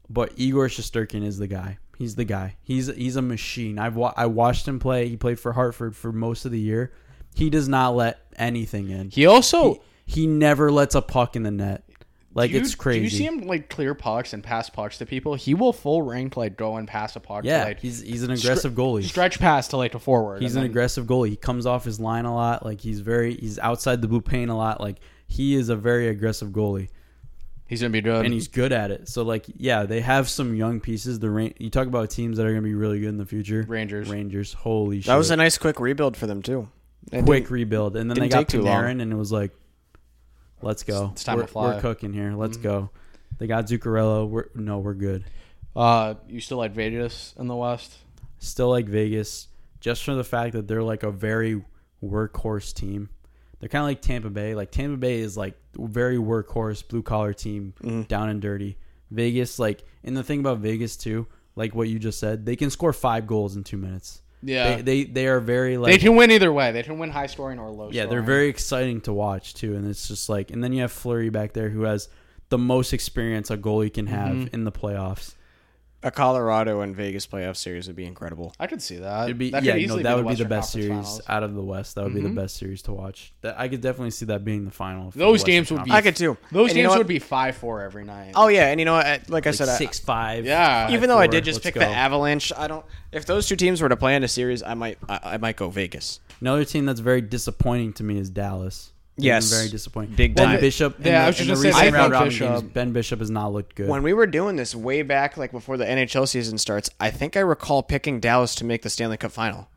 A: but Igor Shosturkin is the guy. He's the guy. He's he's a machine. I've wa- I watched him play. He played for Hartford for most of the year. He does not let anything in. He
B: He also
A: he never lets a puck in the net. Like
B: do you-
A: it's crazy.
B: Do you see him like clear pucks and pass pucks to people? He will full rank like go and pass a puck.
A: Yeah,
B: to, like,
A: he's he's an aggressive goalie.
B: stretch pass to like a forward.
A: He's an
B: and then-
A: aggressive goalie. He comes off his line a lot. Like he's very he's outside the blue paint a lot. Like he is a very aggressive goalie
B: He's gonna be good.
A: and he's good at it. So like yeah, they have some young pieces. The rain you talk about teams that are going to be really good in the future.
B: Rangers.
A: Rangers. Holy shit.
C: That was a nice quick rebuild for them too. It
A: quick
C: didn't-
A: rebuild and then they
C: didn't
A: got
C: take too long.
A: Panarin and it was like let's go.
B: It's time to
A: we're,
B: fly.
A: we're cooking here. Let's
C: Mm-hmm.
A: go. They got Zuccarello. We're no, we're good.
B: Uh, you still like Vegas in the West?
A: still like Vegas just for the fact that they're like a very workhorse team. They're kind of like Tampa Bay. Like Tampa Bay is like very workhorse, blue collar team, down and dirty. Vegas, like, and the thing about Vegas too, like what you just said, they can score five goals in two minutes.
B: Yeah,
A: They,
B: they,
A: they they are very like
B: can win either way. They can win high scoring or low.
A: yeah,
B: scoring.
A: they're very exciting to watch too, and it's just like, and then you have Flurry back there who has the most experience a goalie can have in the playoffs.
C: a Colorado and Vegas playoff series would be incredible.
B: I could see that.
A: It'd be
B: that
A: yeah,
B: could
A: no,
B: easily
A: that would be
B: Western
A: the best
B: Conference
A: series
B: Finals. Mm-hmm.
A: out of the West. That would be the best series to watch. That I could definitely see that being the final. for the
B: Those
A: Western
B: games would be-
A: Conference.
C: I could too.
B: Those
C: And you know
B: games
C: what?
B: would be five four every night.
C: Oh yeah, and you know, what? I- like I said,
A: like
C: I-
A: six five.
B: Yeah.
A: five,
C: even though I
A: four,
C: did just
A: let's
C: pick
A: go.
C: the Avalanche, I don't. If those two teams were to play in a series, I might, I, I might go Vegas.
A: Another team that's very disappointing to me is Dallas. They've been
C: Yes.
A: very disappointing.
C: Big
A: ben
C: time.
A: Bishop. in
B: Yeah, I
A: the-
B: was
A: in
B: just
A: the
B: gonna
A: recent
B: say, I think
A: round robin
B: Bishop-
A: games, Ben Bishop has not looked good.
C: When we were doing this way back, like before the NHL season starts, I think I recall picking Dallas to make the Stanley Cup final.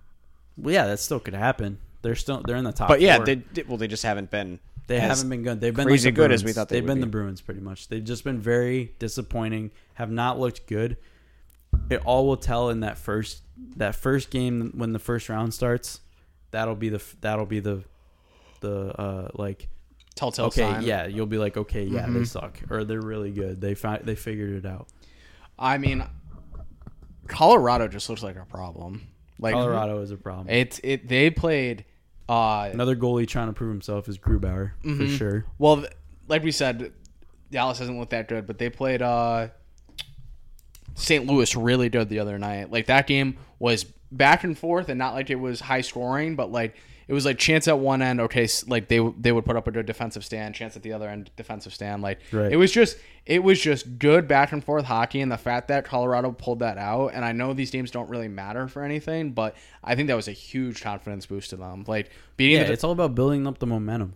A: well, yeah, that still could happen. They're still they're in the top.
C: But yeah,
A: four.
C: they did- well, they just haven't been.
A: They
C: as-
A: haven't been good. They've been
C: crazy
A: like the
C: good as
A: Bruins.
C: we thought they
A: have
C: would
A: been
C: be.
A: the Bruins pretty much. They've just been very disappointing. Have not looked good. It all will tell in that first that first game when the first round starts. That'll be the f- that'll be the the uh like
B: Telltale
A: okay
B: sign.
A: yeah you'll be like okay yeah
C: Mm-hmm.
A: they suck or they're really good they fi- they figured it out.
B: I mean, Colorado just looks like a problem. Like
C: Mm-hmm.
A: Colorado is a problem.
B: It's it. They played. Uh,
A: Another goalie trying to prove himself is Grubauer for
C: Mm-hmm.
A: sure.
B: well, th- like we said, Dallas hasn't looked that good, but they played uh, St. Louis really good the other night. Like that game was back and forth, and not like it was high scoring, but like it was like chance at one end. Okay, s- like they w- they would put up a good defensive stand, chance at the other end, defensive stand. Like
A: Right.
B: it was just it was just good back and forth hockey, and the fact that Colorado pulled that out. And I know these games don't really matter for anything, but I think that was a huge confidence boost to them. Like beating
A: Yeah,
B: the
A: it's all about building up the momentum.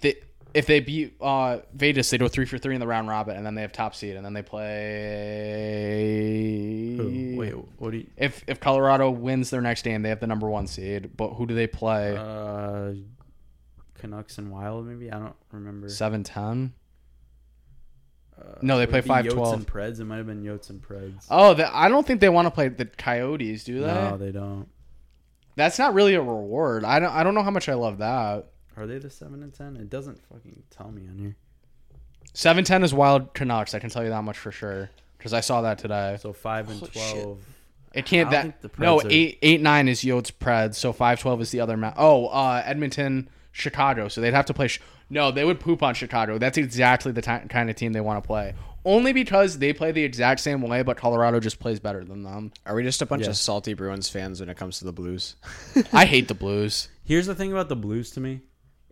B: they, if they beat uh, Vegas, they go three for three in the round robin, and then they have top seed, and then they play.
A: Ooh, wait, what do you?
B: If if Colorado wins their next game, they have the number one seed. But who do they play?
A: Uh, Canucks and Wild, maybe I don't remember.
B: Seven ten. no, they play
A: Would uh, it be
B: five
A: Yotes
B: twelve.
A: and Preds. It might have been Yotes and Preds.
B: Oh, the, I don't think they want to play the Coyotes, do they?
A: no, they don't.
B: That's not really a reward. I don't. I don't know how much I love that.
A: Are they the seven and ten? It doesn't fucking tell me on here.
B: Seven ten is Wild Canucks. I can tell you that much for sure because I saw that today.
A: So five and
B: Holy shit.
A: twelve
B: It can't
A: I don't
B: that
A: think the
B: no
A: Preds are-
B: eight eight nine is Yotes Preds, so five twelve is the other ma- Oh, uh, Edmonton, Chicago. So they'd have to play. Sh- no, they would poop on Chicago. That's exactly the ti kind of team they want to play. Only because they play the exact same way, but Colorado just plays better than them.
C: Are we just a bunch of salty Bruins fans when it comes to the Blues?
B: I hate the Blues.
A: Here's the thing about the Blues to me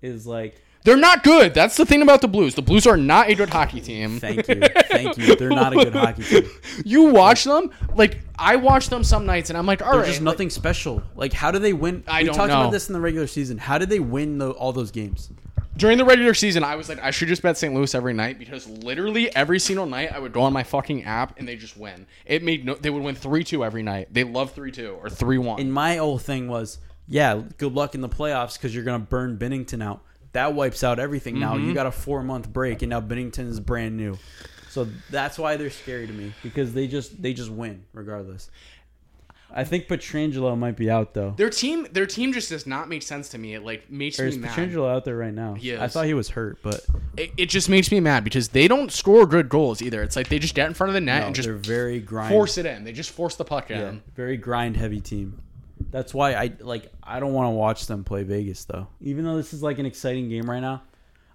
A: is like,
B: They're not good. That's the thing about the Blues. The Blues are not a good hockey team.
A: thank you, thank you. They're not a good hockey team.
B: You watch them, like I watch them some nights, and I'm like, all right,
A: They're just nothing special. Like, how do they win?
B: I
A: we
B: don't
A: talked
B: know.
A: about this in the regular season. How did they win tho- all those games?
B: during the regular season, I was like, I should just bet St. Louis every night because literally every single night I would go on my fucking app and they just win. It made no, they would win three two every night. They love three two or three one.
A: And my old thing was, yeah, good luck in the playoffs because you're going to burn Bennington out. That wipes out everything now.
B: Mm-hmm.
A: You got a four month break, and now Bennington is brand new. So that's why they're scary to me because they just they just win regardless. I think Petrangelo might be out though.
B: Their team, their team just does not make sense to me. It like makes
A: There's
B: me mad.
A: Petrangelo out there right now.
B: He
A: I
B: is.
A: thought he was hurt, but
B: It, it just makes me mad because they don't score good goals either. It's like they just get in front of the net
A: no,
B: and just
A: they're very grind,
B: force it in. They just force the puck in.
A: yeah, very grind heavy team. That's why I like. I don't want to watch them play Vegas though. Even though this is like an exciting game right now,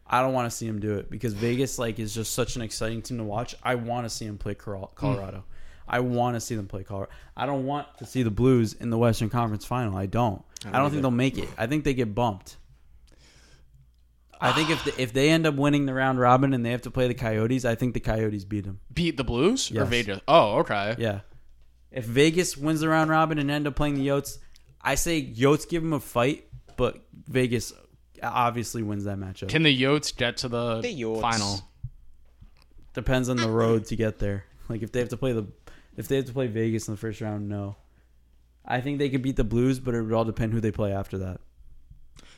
A: I don't want to see them do it because Vegas like is just such an exciting team to watch. I want to see them play Cor- Colorado. I want to see them play Colorado. I don't want to see the Blues in the Western Conference Final. I don't. I don't, think they'll make it. I think they get bumped. I think if the, if they end up winning the round robin and they have to play the Coyotes, I think the Coyotes beat them.
B: Beat the Blues or
A: Yes.
B: Vegas? Oh, okay.
A: Yeah. If Vegas wins the round robin and end up playing the Yotes, I say Yotes give them a fight, but Vegas obviously wins that matchup.
B: Can the Yotes get to the,
C: The Yotes.
B: final?
A: Depends on the road to get there. Like if they have to play the, if they have to play Vegas in the first round, no. I think they could beat the Blues, but it would all depend who they play after that.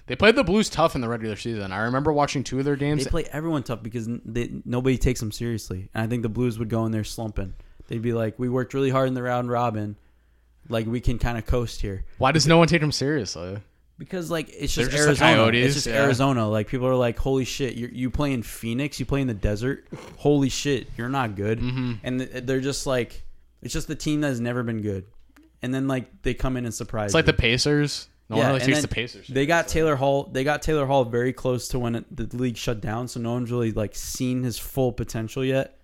B: They played the Blues tough in the regular season. I remember watching two of their games.
A: They play everyone tough because n- they, nobody takes them seriously, and I think the Blues would go in there slumping. They'd be like, "We worked really hard in the round robin, like we can kind of coast here."
B: Why does no one take them seriously?
A: Because like it's just,
B: They're just the
A: Arizona,
B: Coyotes,
A: it's just
B: yeah.
A: Arizona. Like people are like, "Holy shit, you you play in Phoenix? You play in the desert? Holy shit, you're not good."
B: Mm-hmm.
A: And th- they're just like, it's just the team that has never been good. And then like they come in and surprise.
B: It's like
A: you.
B: the Pacers. No one
A: Yeah,
B: really
A: and
B: takes the
A: then
B: Pacers.
A: They got Taylor Hall. They got Taylor Hall very close to when it, the league shut down, so no one's really like seen his full potential yet.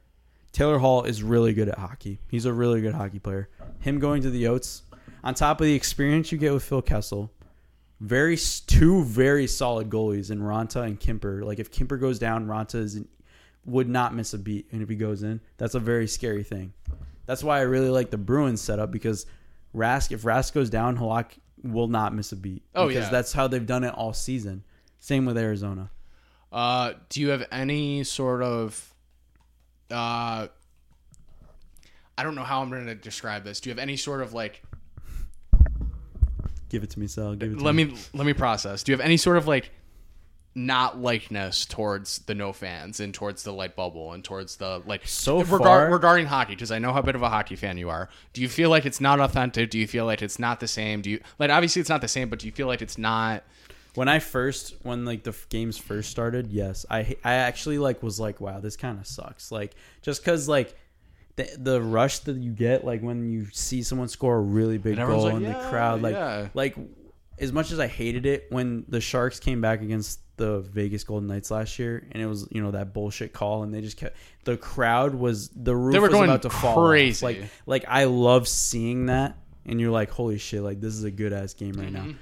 A: Taylor Hall is really good at hockey. He's a really good hockey player. Him going to the Oats, on top of the experience you get with Phil Kessel, very s- two very solid goalies in Ronta and Kemper. Like if Kemper goes down, Ronta is would not miss a beat, and if he goes in, that's a very scary thing. That's why I really like the Bruins setup because Rask, if Rask goes down, Halak will not miss a beat.
B: Oh,
A: because
B: yeah.
A: that's how they've done it all season. Same with Arizona.
B: Uh, do you have any sort of, uh, I don't know how I'm going to describe this. Do you have any sort of like?
A: Give it to me, Sal. Give it to
B: Let me let me process. Do you have any sort of like, not likeness towards the no fans and towards the light bubble and towards the like
A: So
B: regar-
A: far-
B: regarding hockey because I know how bit of a hockey fan you are. Do you feel like it's not authentic? Do you feel like it's not the same? Do you like obviously it's not the same, but do you feel like it's not?
A: when I first when like the f- games first started, yes, I I actually like was like, wow, this kind of sucks. Like just cuz like the the rush that you get like when you see someone score a really big
B: everyone's
A: goal
B: like,
A: in the
B: "Yeah,
A: crowd like
B: yeah."
A: like as much as I hated it when the Sharks came back against the Vegas Golden Knights last year and it was, you know, that bullshit call and they just kept the crowd was the roof
B: were
A: was
B: going
A: about to fall. off.
B: crazy.
A: Like like I love seeing that and you're like, holy shit, like this is a good ass game right
B: Mm-hmm.
A: now.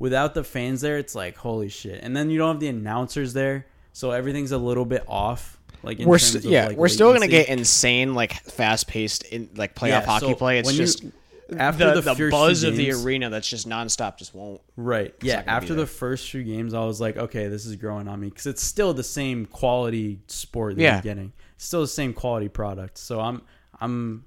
A: Without the fans there, it's like holy shit. And then you don't have the announcers there, so everything's a little bit off. Like in
C: we're
A: terms
C: st-
A: of,
C: yeah,
A: like,
C: we're still gonna
A: latency.
C: get insane, like fast paced, in like playoff
A: Yeah,
C: hockey
A: so
C: play. It's
A: when you-
C: just
A: after
C: the,
A: the,
C: the,
A: first
C: buzz
A: few
C: of the
A: games-
C: arena that's just nonstop. Just won't.
A: Right. Yeah.
C: not gonna be
A: After
C: there.
A: the first few games, I was like, okay, this is growing on me because it's still the same quality sport that
C: Yeah.
A: you're getting, still the same quality product. So I'm, I'm,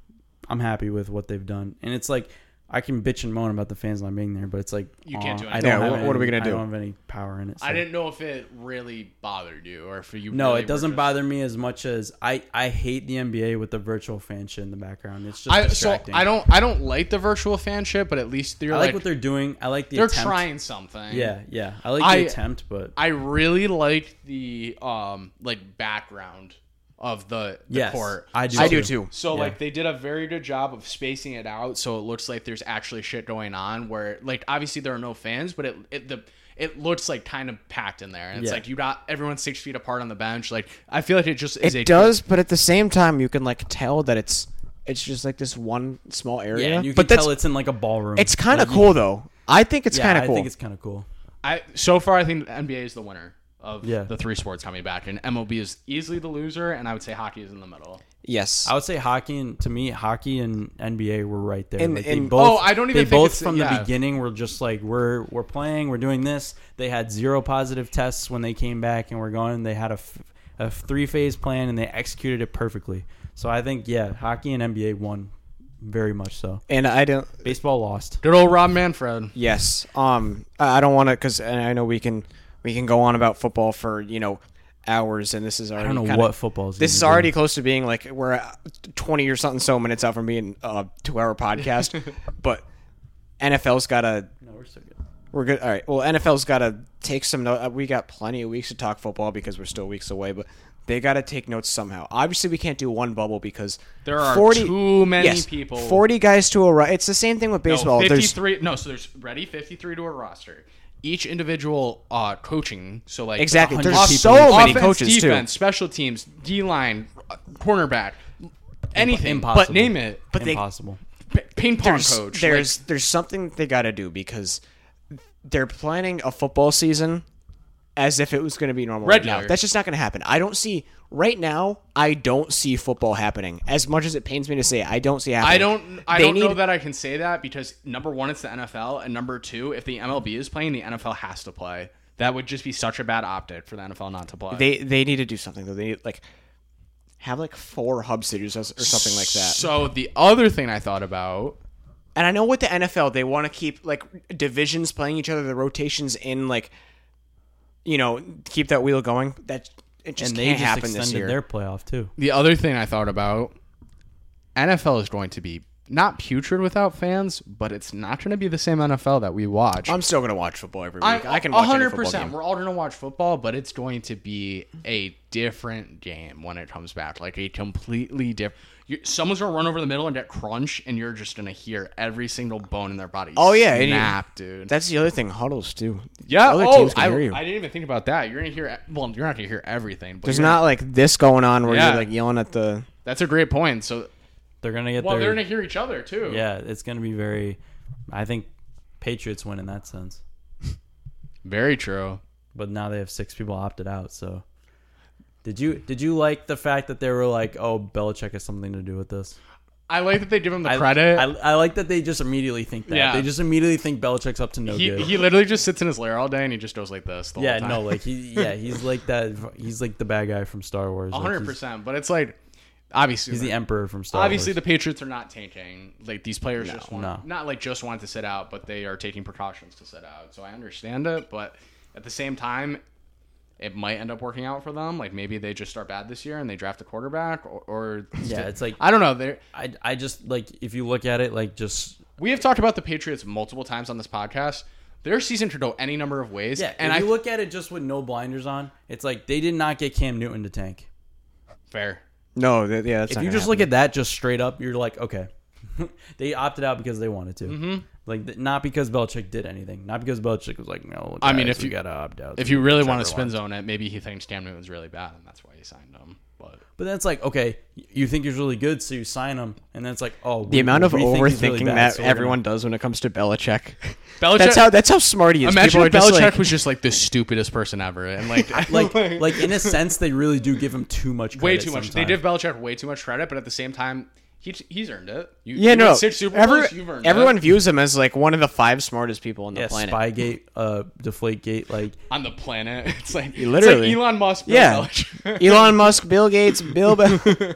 A: I'm happy with what they've done, and it's like I can bitch and moan about the fans not being there, but it's like
B: You can't
A: aw,
B: do
A: I
B: anything.
A: don't
C: Yeah,
A: have
C: what- what are we
A: any-
C: gonna do?
A: I don't have any power in it.
B: I
A: so.
B: didn't know if it really bothered you or if you.
A: No,
B: really
A: it
B: were
A: doesn't
B: just-
A: bother me as much as I, I hate the NBA with the virtual fan shit in the background. It's just
B: I so
A: distracting.
B: I don't I don't like the virtual fanship, but at least they're
A: I
B: like,
A: like what they're doing. I like the
B: they're
A: attempt.
B: trying something.
A: Yeah, yeah. I like
B: I-
A: the attempt, but
B: I really like the um like background of the, the
A: Yes,
B: court.
A: I do
B: So-
A: I do
C: too.
B: So
A: Yeah.
B: like they did a very good job of spacing it out, so it looks like there's actually shit going on. Where like obviously there are no fans, but it it the it looks like kind of packed in there, and it's
A: Yeah.
B: like you got everyone six feet apart on the bench. Like I feel like it just is a
C: It does, but at the same time, you can like tell that it's it's just like this one small area.
A: Yeah, and you can
C: but that's
A: tell it's in like a ballroom.
C: it's kind of
A: Like,
C: cool though. I think it's
A: Yeah,
C: kind of
A: I
C: cool.
A: think it's kind of cool.
B: I so far I think the NBA is the winner of
A: Yeah.
B: the three sports coming back, and MLB is easily the loser, and I would say hockey is in the middle.
C: yes,
A: I would say hockey and to me, hockey and NBA were right there.
C: And-
A: like, they
C: and-
A: both,
B: oh, I don't even
A: They
B: think
A: both
B: it's-
A: from
B: yeah.
A: the beginning were just like we're we're playing, we're doing this. They had zero positive tests when they came back, and we're going. They had a, f- a three phase plan, and they executed it perfectly. So I think yeah, hockey and NBA won very much. So
C: and I don't.
A: baseball lost.
B: Good old Rob Manfred.
C: Yes, um, I I don't want to because I know we can we can go on about football for you know hours, and this is already
A: I don't know
C: kinda-
A: what football's.
C: This is
A: gonna
C: already close to being like we're at twenty or something so minutes out from being a two-hour podcast, but NFL's got to
A: be. No, we're still good.
C: We're good. All right. Well, NFL's got to take some note. We got plenty of weeks to talk football because we're still weeks away, but they got to take notes somehow. Obviously, we can't do one bubble because
B: There are too many people.
C: Forty guys to a right. It's the same thing with baseball.
B: No,
C: There's
B: 53 no, so there's ready 53 to a roster. Each individual uh coaching, so like
C: exactly.
A: 100
C: There's
A: people.
C: so many
B: offense,
C: coaches
B: defense,
C: too.
B: special teams, D-line, uh, cornerback, anything,
A: Impossible.
B: but name it.
C: But they-
A: impossible.
B: P- ping pong
C: There's
B: coach. like,
C: there's, there's something they got to do because they're planning a football season as if it was going to be normal right now.
B: Regular.
C: That's just not going to happen. I don't see right now. I don't see football happening. As much as it pains me to say, I don't see it happening.
B: I don't I
C: They
B: don't know
C: need-
B: that I can say that because number 1 it's the NFL and number 2 if the MLB is playing the NFL has to play. That would just be such a bad optic for the NFL not to play.
C: They they need to do something though. They need like have like four hub cities or or something like that.
B: so the other thing I thought about
C: And I know with the NFL they want to keep like divisions playing each other, the rotations in like you know keep that wheel going. That it just
A: And they
C: can't
A: just
C: happen this year.
A: extended their playoff too.
B: The other thing I thought about NFL is going to be not putrid without fans, but it's not going to be the same NFL that we watch.
C: I'm still gonna watch football every week. I, can watch any football game.
B: We're all going to watch football, but it's going to be a different game when it comes back. Like a completely different. Someone's going to run over the middle and get crunch, and you're just going to hear every single bone in their body.
C: Oh, yeah, and you-
B: snap, dude.
C: That's the other thing, huddles too.
B: yeah.
C: other
B: oh,
C: teams can
B: I,
C: hear you.
B: I didn't even think about that. You're going to hear. e, Well, you're not going to hear everything. But
C: There's
B: you're-
C: not like this going on where
B: Yeah.
C: you're like yelling at the.
B: That's a great point. So,
A: They're gonna get
B: well,
A: their
B: they're going to hear each other too.
A: yeah. It's gonna be very. I think Patriots win in that sense.
B: Very true.
A: but now they have six people opted out. So, did you did you like the fact that they were like, "Oh, Belichick has something to do with this"?
B: I like that they give him the
A: I,
B: credit.
A: I, I like that they just immediately think that.
B: Yeah.
A: They just immediately think Belichick's up to no
B: he,
A: good.
B: he literally just sits in his lair all day and he just goes like this. The
A: yeah,
B: whole time.
A: no, like he yeah he's like that. He's like the bad guy from Star Wars. Like,
B: hundred
A: he's-
B: percent. But it's like obviously,
A: He's the emperor from Star
B: obviously
A: Wars.
B: the Patriots are not tanking. Like these players just want
A: no.
B: not like just want to sit out, but they are taking precautions to sit out. So I understand it, but at the same time, it might end up working out for them. Like maybe they just are bad this year and they draft a quarterback, or, or
A: yeah, it's like
B: I don't know. They're,
A: I I just like if you look at it like just
B: we have talked about the Patriots multiple times on this podcast. Their season could go any number of ways.
A: yeah,
B: and
A: if
B: I
A: you look at it just with no blinders on, it's like they did not get Cam Newton to tank.
B: fair.
C: No, th- yeah, that's.
A: if you just look at that just straight up, you're like, okay, they opted out because they wanted to.
B: Mm-hmm.
A: Like th- not because Belichick did anything, not because Belichick was like, no.
B: I mean,
A: guys,
B: if
A: we
B: you-
A: gotta opt out,
B: If you really
A: Whichever
B: want to spin
A: one.
B: zone it, maybe he thinks Cam Newton's really bad, and that's why he signed him. But
A: but that's like, okay, y- you think he's really good, so you sign him, and then it's like, oh,
C: the amount of overthinking that everyone does when it comes to Belichick.
B: Belichick-
C: That's how that's how smart he is.
B: imagine
C: People are
B: if
C: just
B: Belichick
C: like,
B: was just like the stupidest person ever, and like
A: like, like in a sense, they really do give him too much,
B: way
A: credit
B: too much. They
A: sometimes.
B: give Belichick way too much credit, but at the same time, he he's earned it. You,
C: Yeah,
B: you
C: no.
B: won Six Super Bowls,
C: every-
B: you've earned it.
C: everyone views him as like one of the five smartest people on the
A: Yeah,
C: planet.
A: Spygate, uh, Deflategate, like
B: on the planet. It's like it's like
C: literally-
B: Elon Musk. Bill
C: Yeah,
B: Belichick.
C: Elon Musk, Bill Gates, Bill. Be- oh,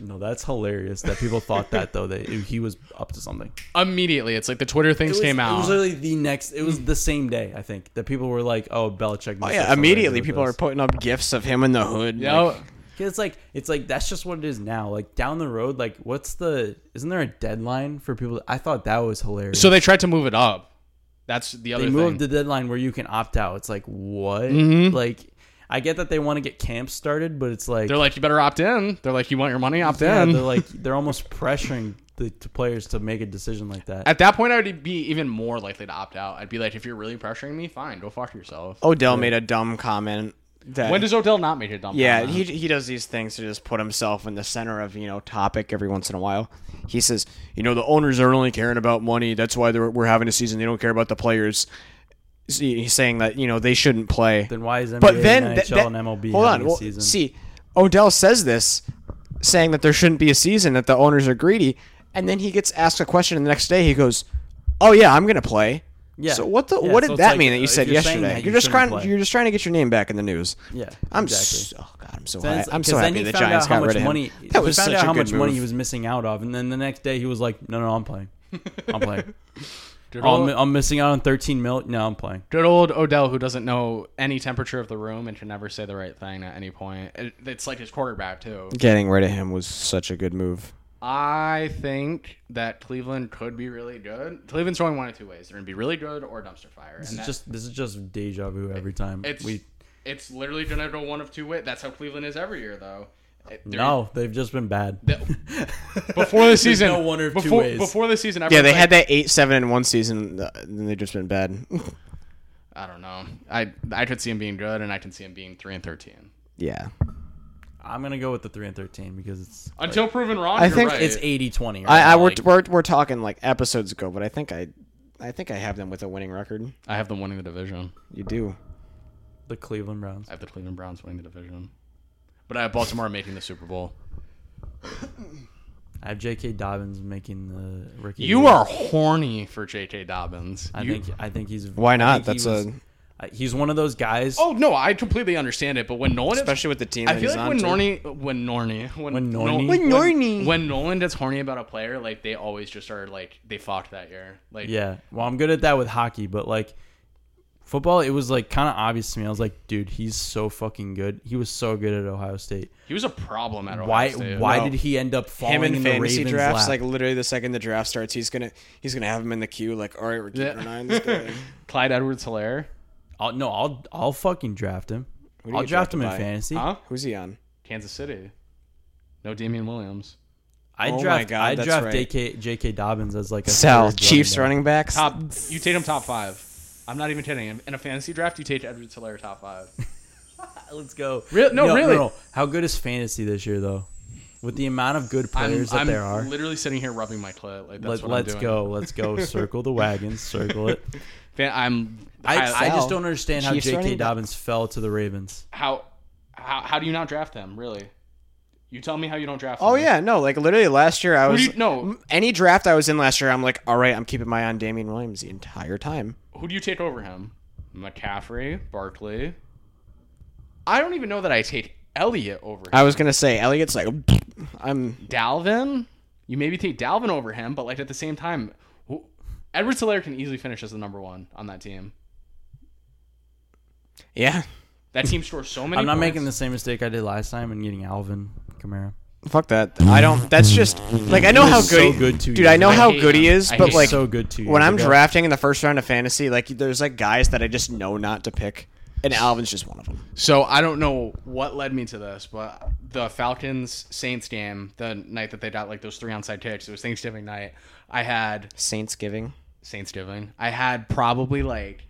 A: no, that's hilarious that people thought that though that he was up to something.
B: Immediately, it's like the Twitter things
A: was-
B: came
A: It was
B: out.
A: literally the next. It was the same day, I think, that people were like, "Oh, Belichick."
C: oh yeah, immediately people are putting up gifs of him in the hood.
B: You
C: like,
B: know,
A: It's like it's like that's just what it is now. Like down the road, like what's the? Isn't there a deadline for people? I thought that was hilarious.
B: so they tried to move it up. That's the other
A: they
B: thing.
A: moved the deadline where you can opt out. It's like what? Like I get that they want to get camps started, but it's like
B: They're like, you better opt in. They're like, you want your money, opt
A: yeah,
B: in.
A: they're like they're almost pressuring the to players to make a decision like that.
B: At that point, I would be even more likely to opt out. I'd be like, if you're really pressuring me, fine, go fuck yourself.
C: Odell made a dumb comment. That,
B: When does Odell not make a dumb?
C: Yeah,
B: comment?
C: he he does these things to just put himself in the center of you know topic every once in a while. He says, you know, the owners are only caring about money. That's why they're, we're having a season. They don't care about the players. See, He's saying that you know they shouldn't play.
A: then why is NBA
C: but then
A: and
C: that-
A: NHL
C: that-
A: and MLB
C: Hold on,
A: having a
C: well,
A: season?
C: see, Odell says this, saying that there shouldn't be a season that the owners are greedy, and then he gets asked a question, and the next day he goes, "Oh yeah, I'm gonna play."
A: Yeah.
C: So what the
A: Yeah,
C: what
A: so
C: did
A: it's
C: that
A: like,
C: mean
A: uh,
C: that you
A: if
C: said
A: you're saying
C: yesterday?
A: that, you
C: you're just
A: shouldn't
C: trying.
A: play.
C: You're just trying to get your name back in the news.
A: Yeah,
C: I'm
A: exactly.
C: so, oh god, I'm so
A: Then
C: high.
A: it's-
C: I'm
A: 'cause
C: so
A: then
C: happy
A: he
C: the
A: found
C: Giants
A: out how
C: got
A: much
C: rid of him.
A: money.
C: that was
A: he found
C: such
A: out
C: a
A: how
C: good
A: much money
C: move.
A: he was missing out of, and then the next day he was like, "No, no, I'm playing. I'm playing.
B: Did
A: Oh, I'm,
B: old,
A: I'm missing out on 13 mil. No, I'm playing.
B: good old Odell, who doesn't know any temperature of the room and can never say the right thing at any point. It, it's like his quarterback too.
C: Getting rid of him was such a good move.
B: I think that Cleveland could be really good. Cleveland's going one of two ways: they're gonna be really good or dumpster fire.
A: This
B: and
A: is
B: that-
A: just this is just deja vu every time.
B: it's
A: we
B: it's literally gonna go one of two ways. That's how Cleveland is every year, though. It- they're-
A: no, they've just been bad.
B: the- before the
A: There's
B: season,
A: no one or two
B: before,
A: ways.
B: before the season,
C: Yeah, they
B: everyone's
C: had that eight, seven, and one season, uh, and they've just been bad.
B: I don't know. I I could see him being good, and I can see him being three and thirteen.
C: yeah,
A: I'm gonna go with the three and 13 because it's
B: Until proven wrong,
C: I
B: you're
C: think
B: right.
A: it's 80 20. Right?
C: I, I we're,
A: Like,
C: we're we're talking like episodes ago, but I think I, I think I have them with a winning record.
B: I have them winning the division.
C: You do.
A: the Cleveland Browns.
B: I have the Cleveland Browns winning the division, but I have Baltimore making the Super Bowl.
A: I have J.K. Dobbins making the rookie. of
B: You
A: the year.
B: are horny for J.K. Dobbins.
A: I
B: You-
A: think I think he's.
C: Why
A: I
C: not?
A: think he was-
C: That's a-
A: I- He's one of those guys.
B: Oh no, I completely understand it, but when Nolan,
C: Especially with the team
B: I
C: that
B: feel
C: he's
B: like
C: on
B: when
C: to.
B: Norny, when Norny, when
A: When
B: Nol-
A: Norny.
C: When Norny.
B: when, when Nolan gets horny about a player, like they always just are like they fucked that year. Like
A: Yeah. Well, I'm good at that with hockey, but like football, it was like kind of obvious to me. I was like, dude, he's so fucking good. He was so good at Ohio State.
B: he was a problem at Ohio
A: Why?
B: State.
A: Why
C: No.
A: did he end up falling
C: him in,
A: in the
C: fantasy
A: Ravens'
C: drafts,
A: lap?
C: like literally the second the draft starts, he's gonna he's gonna have him in the queue. Like, all right, we're keeping
B: Yeah.
C: an eye on this guy.
B: Clyde Edwards Hilaire?
A: I'll, no, I'll I'll fucking draft him.
C: do you
A: I'll
C: get
A: draft him in
C: drafted by?
A: fantasy.
B: Huh?
C: Who's he on?
B: Kansas City. No Damian Williams.
A: I
C: Oh my
A: draft
C: God,
A: I
C: that's
A: draft
C: right.
A: J.K. J.K. Dobbins as like a
C: Sal,
A: third
C: Chiefs
A: back.
C: running backs.
B: Top you take him top five. I'm not even kidding. In a fantasy draft, you take Edwards Hilaire top five.
A: Let's go.
B: Real- no, really.
A: How good is fantasy this year though? With the amount of good
B: I'm,
A: players
B: I'm
A: that there are.
B: literally sitting here rubbing my clit. Like that's
A: Let,
B: what
A: let's
B: I'm doing.
A: go. Let's go. Circle the wagon. Circle it.
B: Fan, I'm
A: I, I
C: Sal.
A: just don't understand how
C: Chiefs
A: J.K.
C: running back.
A: Dobbins fell to the Ravens.
B: how how how do you not draft them? Really? You tell me how you don't draft.
C: Oh
B: them.
C: yeah, no, like literally last year I
B: Who do
C: was
B: you, no?
C: any draft I was in last year, I'm like, all right, I'm keeping my eye on Damian Williams the entire time.
B: Who do you take over him? McCaffrey, Barkley. I don't even know that I take Elliott over him.
C: I was gonna say Elliott's like, I'm
B: Dalvin. You maybe take Dalvin over him, but like at the same time, who, Edward Solaire can easily finish as the number one on that team.
C: yeah,
B: That team scores so many.
A: I'm not
B: points.
A: making the same mistake I did last time and getting Alvin Kamara.
C: fuck that. I don't. That's just like I know how good,
A: was so
C: he-
A: good two
C: dude. I
A: years
C: know
A: ago.
C: how
B: I hate
C: good he
B: him.
C: is,
B: I
C: but
B: hate
C: like
A: so good too.
C: when I'm drafting in the first round of fantasy, like there's like guys that I just know not to pick, and Alvin's just one of them.
B: So I don't know what led me to this, but the Falcons Saints game, the night that they got like those three onside kicks, it was Thanksgiving night. I had
C: Saints giving.
B: Saintsgiving. I had probably like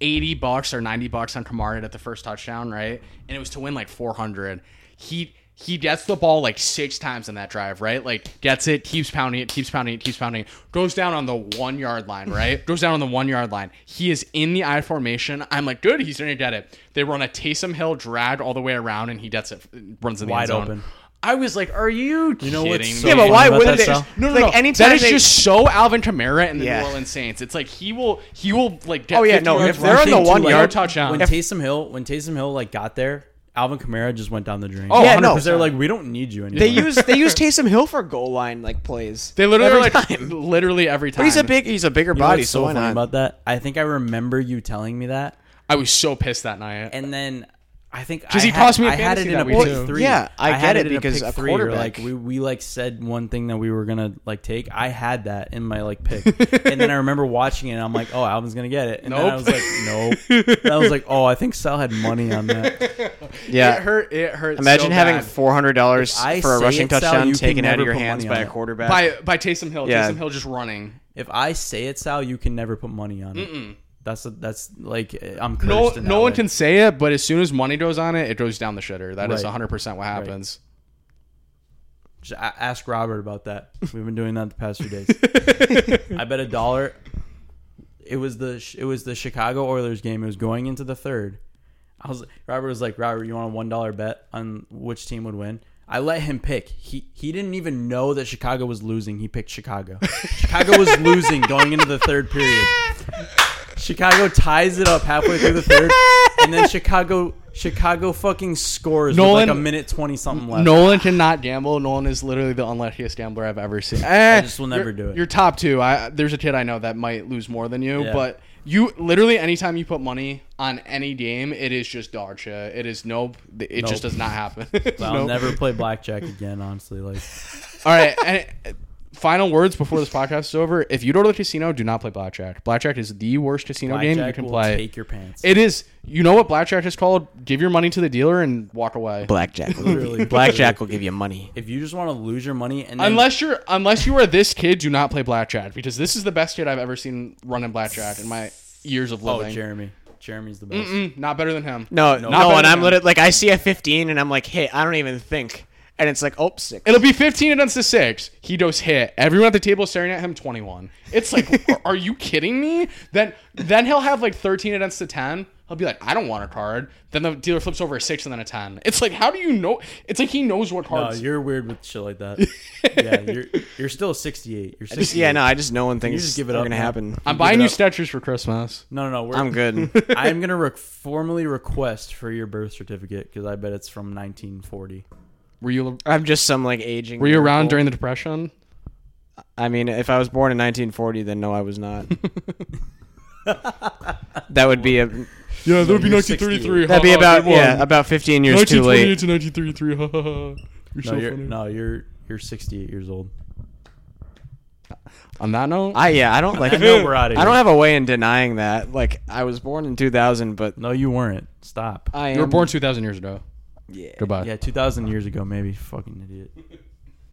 B: eighty bucks or ninety bucks on Kamara at the first touchdown, right? And it was to win like four hundred. He he gets the ball like six times in that drive, right? Like gets it, keeps pounding it, keeps pounding it, keeps pounding. it. Goes down on the one yard line, right? Goes down on the one yard line. He is in the I formation. I'm like, good, he's gonna get it. They run a Taysom Hill drag all the way around, and he gets it, runs in the
A: Wide
B: end zone.
A: open.
B: I was like, are you? You know
A: what's
B: kidding
A: so
B: me?
C: Yeah, but
A: Talking
C: why
A: about
C: wouldn't
A: that,
C: they?
A: Sal?
C: No,
B: No, no,
C: like,
B: no.
C: Anytime
B: that is
C: they-
B: just so Alvin Kamara and the
C: Yeah.
B: New Orleans Saints. It's like he will, he will like. Get
C: Oh, yeah,
B: 50
C: no,
B: yards
C: if they're
B: rushing
C: on the
B: to,
C: one
B: like,
C: yard-
B: touchdown,
A: when Taysom Hill when Taysom Hill like got there, Alvin Kamara just went down the drain.
B: Oh,
C: Yeah, no.
B: 100%.
A: because they're like, we don't need you anymore.
C: They use they use Taysom Hill for goal line like plays.
B: they literally
C: every
B: are like
C: time.
B: literally every time.
C: But he's a big he's a bigger
A: You know
C: body,
A: what's
C: so
A: so
C: why
A: funny
C: not?
A: about that? I think I remember you telling me that,
B: I was so pissed that night.
A: and then I think
B: Just
A: I
B: he
A: had-
B: tossed me a
A: I had it
B: fantasy
A: in a
B: that we
A: pick
B: do.
A: three.
C: Yeah, I
A: had
C: get it
A: in a
C: because
A: pick
C: a
A: three, or,
C: quarterback-
A: like we we like said one thing that we were gonna like take. I had that in my like pick, and then I remember watching it. and I'm like, oh, Alvin's gonna get it, and then I
B: Nope.
A: was like, nope. And I was like, oh, I think Sal had money on that.
C: Yeah.
B: It hurt. It hurt.
C: Imagine
B: so
C: having
B: bad.
C: four hundred dollars
A: If I
C: for a
A: say
C: rushing
A: it, Sal,
C: touchdown
A: you can
C: taken out
A: never
C: of your
A: put
C: hands
A: money
C: by
A: on
C: a
A: it.
C: quarterback.
B: by by Taysom Hill.
C: Yeah.
B: Taysom Hill just running.
A: If I say it, Sal, you can never put money on it. That's a, that's like I'm cursed.
B: No,
A: in
B: no
A: that
B: one
A: way.
B: can say it, but as soon as money goes on it, it goes down the shitter. That is
A: Right.
B: 100 percent what happens.
A: Just a- ask Robert about that. We've been doing that the past few days. I bet a dollar. It was the it was the Chicago Oilers game. It was going into the third. I was Robert was like Robert, you want a one dollar bet on which team would win? I let him pick. He he didn't even know that Chicago was losing. He picked Chicago. Chicago was losing going into the third period. Chicago ties it up halfway through the third, and then Chicago Chicago fucking scores with
B: Nolan-
A: like a minute twenty something left.
B: Nolan cannot gamble. Nolan is literally the unluckiest gambler I've ever seen. Eh,
A: just will never
B: you're-
A: do it.
B: You're top two. I there's a kid I know that might lose more than you,
A: Yeah.
B: but you literally anytime you put money on any game, it is just dog shit. It is nope. It just does not happen.
A: I'll
B: Nope.
A: never play blackjack again. Honestly, like
B: All right. And final words before this podcast is over. If you go to the casino, do not play blackjack. Blackjack is the worst casino game you
A: blackjack
B: can
A: will
B: play.
A: take your pants.
B: It is. You know what blackjack is called? Give your money to the dealer and walk away.
C: blackjack, will give
A: Literally.
C: you- blackjack will give you money.
A: if you just want to lose your money and then
B: Unless you're unless you are this kid, do not play blackjack because this is the best kid I've ever seen running blackjack in my years of
A: oh
B: living.
A: Jeremy, Jeremy's the best.
B: Mm, not better than him.
C: No, no,
B: better
C: and
B: than
C: I'm
B: him.
C: lit- like I see a 15 and I'm like, hey, I don't even think, and it's like, oh, six.
B: It'll be 15 against the six. He goes hit. Everyone at the table is staring at him. 21. It's like, are- are you kidding me? Then then he'll have like 13 against the 10. He'll be like, I don't want a card. Then the dealer flips over a six and then a 10. It's like, how do you know? It's like he knows what
A: Oh,
B: cards.
A: you're weird with shit like that. yeah, you're you're still 68. You're 68.
C: yeah, no, I just no one thinks
A: just give it
C: are
A: up,
C: gonna
A: man.
C: happen.
B: I'm buying
A: give
B: you
A: it
B: Stetchers for Christmas.
A: No, no, no. We're,
C: I'm good.
A: I'm gonna re- formally request for your birth certificate because I bet it's from 1940.
B: Were you
C: I'm just some like aging.
B: were you around
C: miracle.
B: during the depression?
C: I mean, if I was born in 1940, then no, I was not. that would be a
B: Yeah, that would be
A: you're
B: 1933.
A: 1933.
C: that'd be about yeah about 15 years too late.
B: to 1933. Ha ha ha. You're
A: No, you're no, you're you're 68 years old.
B: On that note,
C: I yeah, I don't like.
A: I know we're outta
C: I don't
A: here.
C: have a way in denying that. Like, I was born in 2000, but
A: No, you weren't. Stop.
C: I
B: you were
C: am-
B: born 2,000 years ago.
C: Yeah.
B: Goodbye.
A: yeah, 2,000 years ago, maybe. Fucking idiot.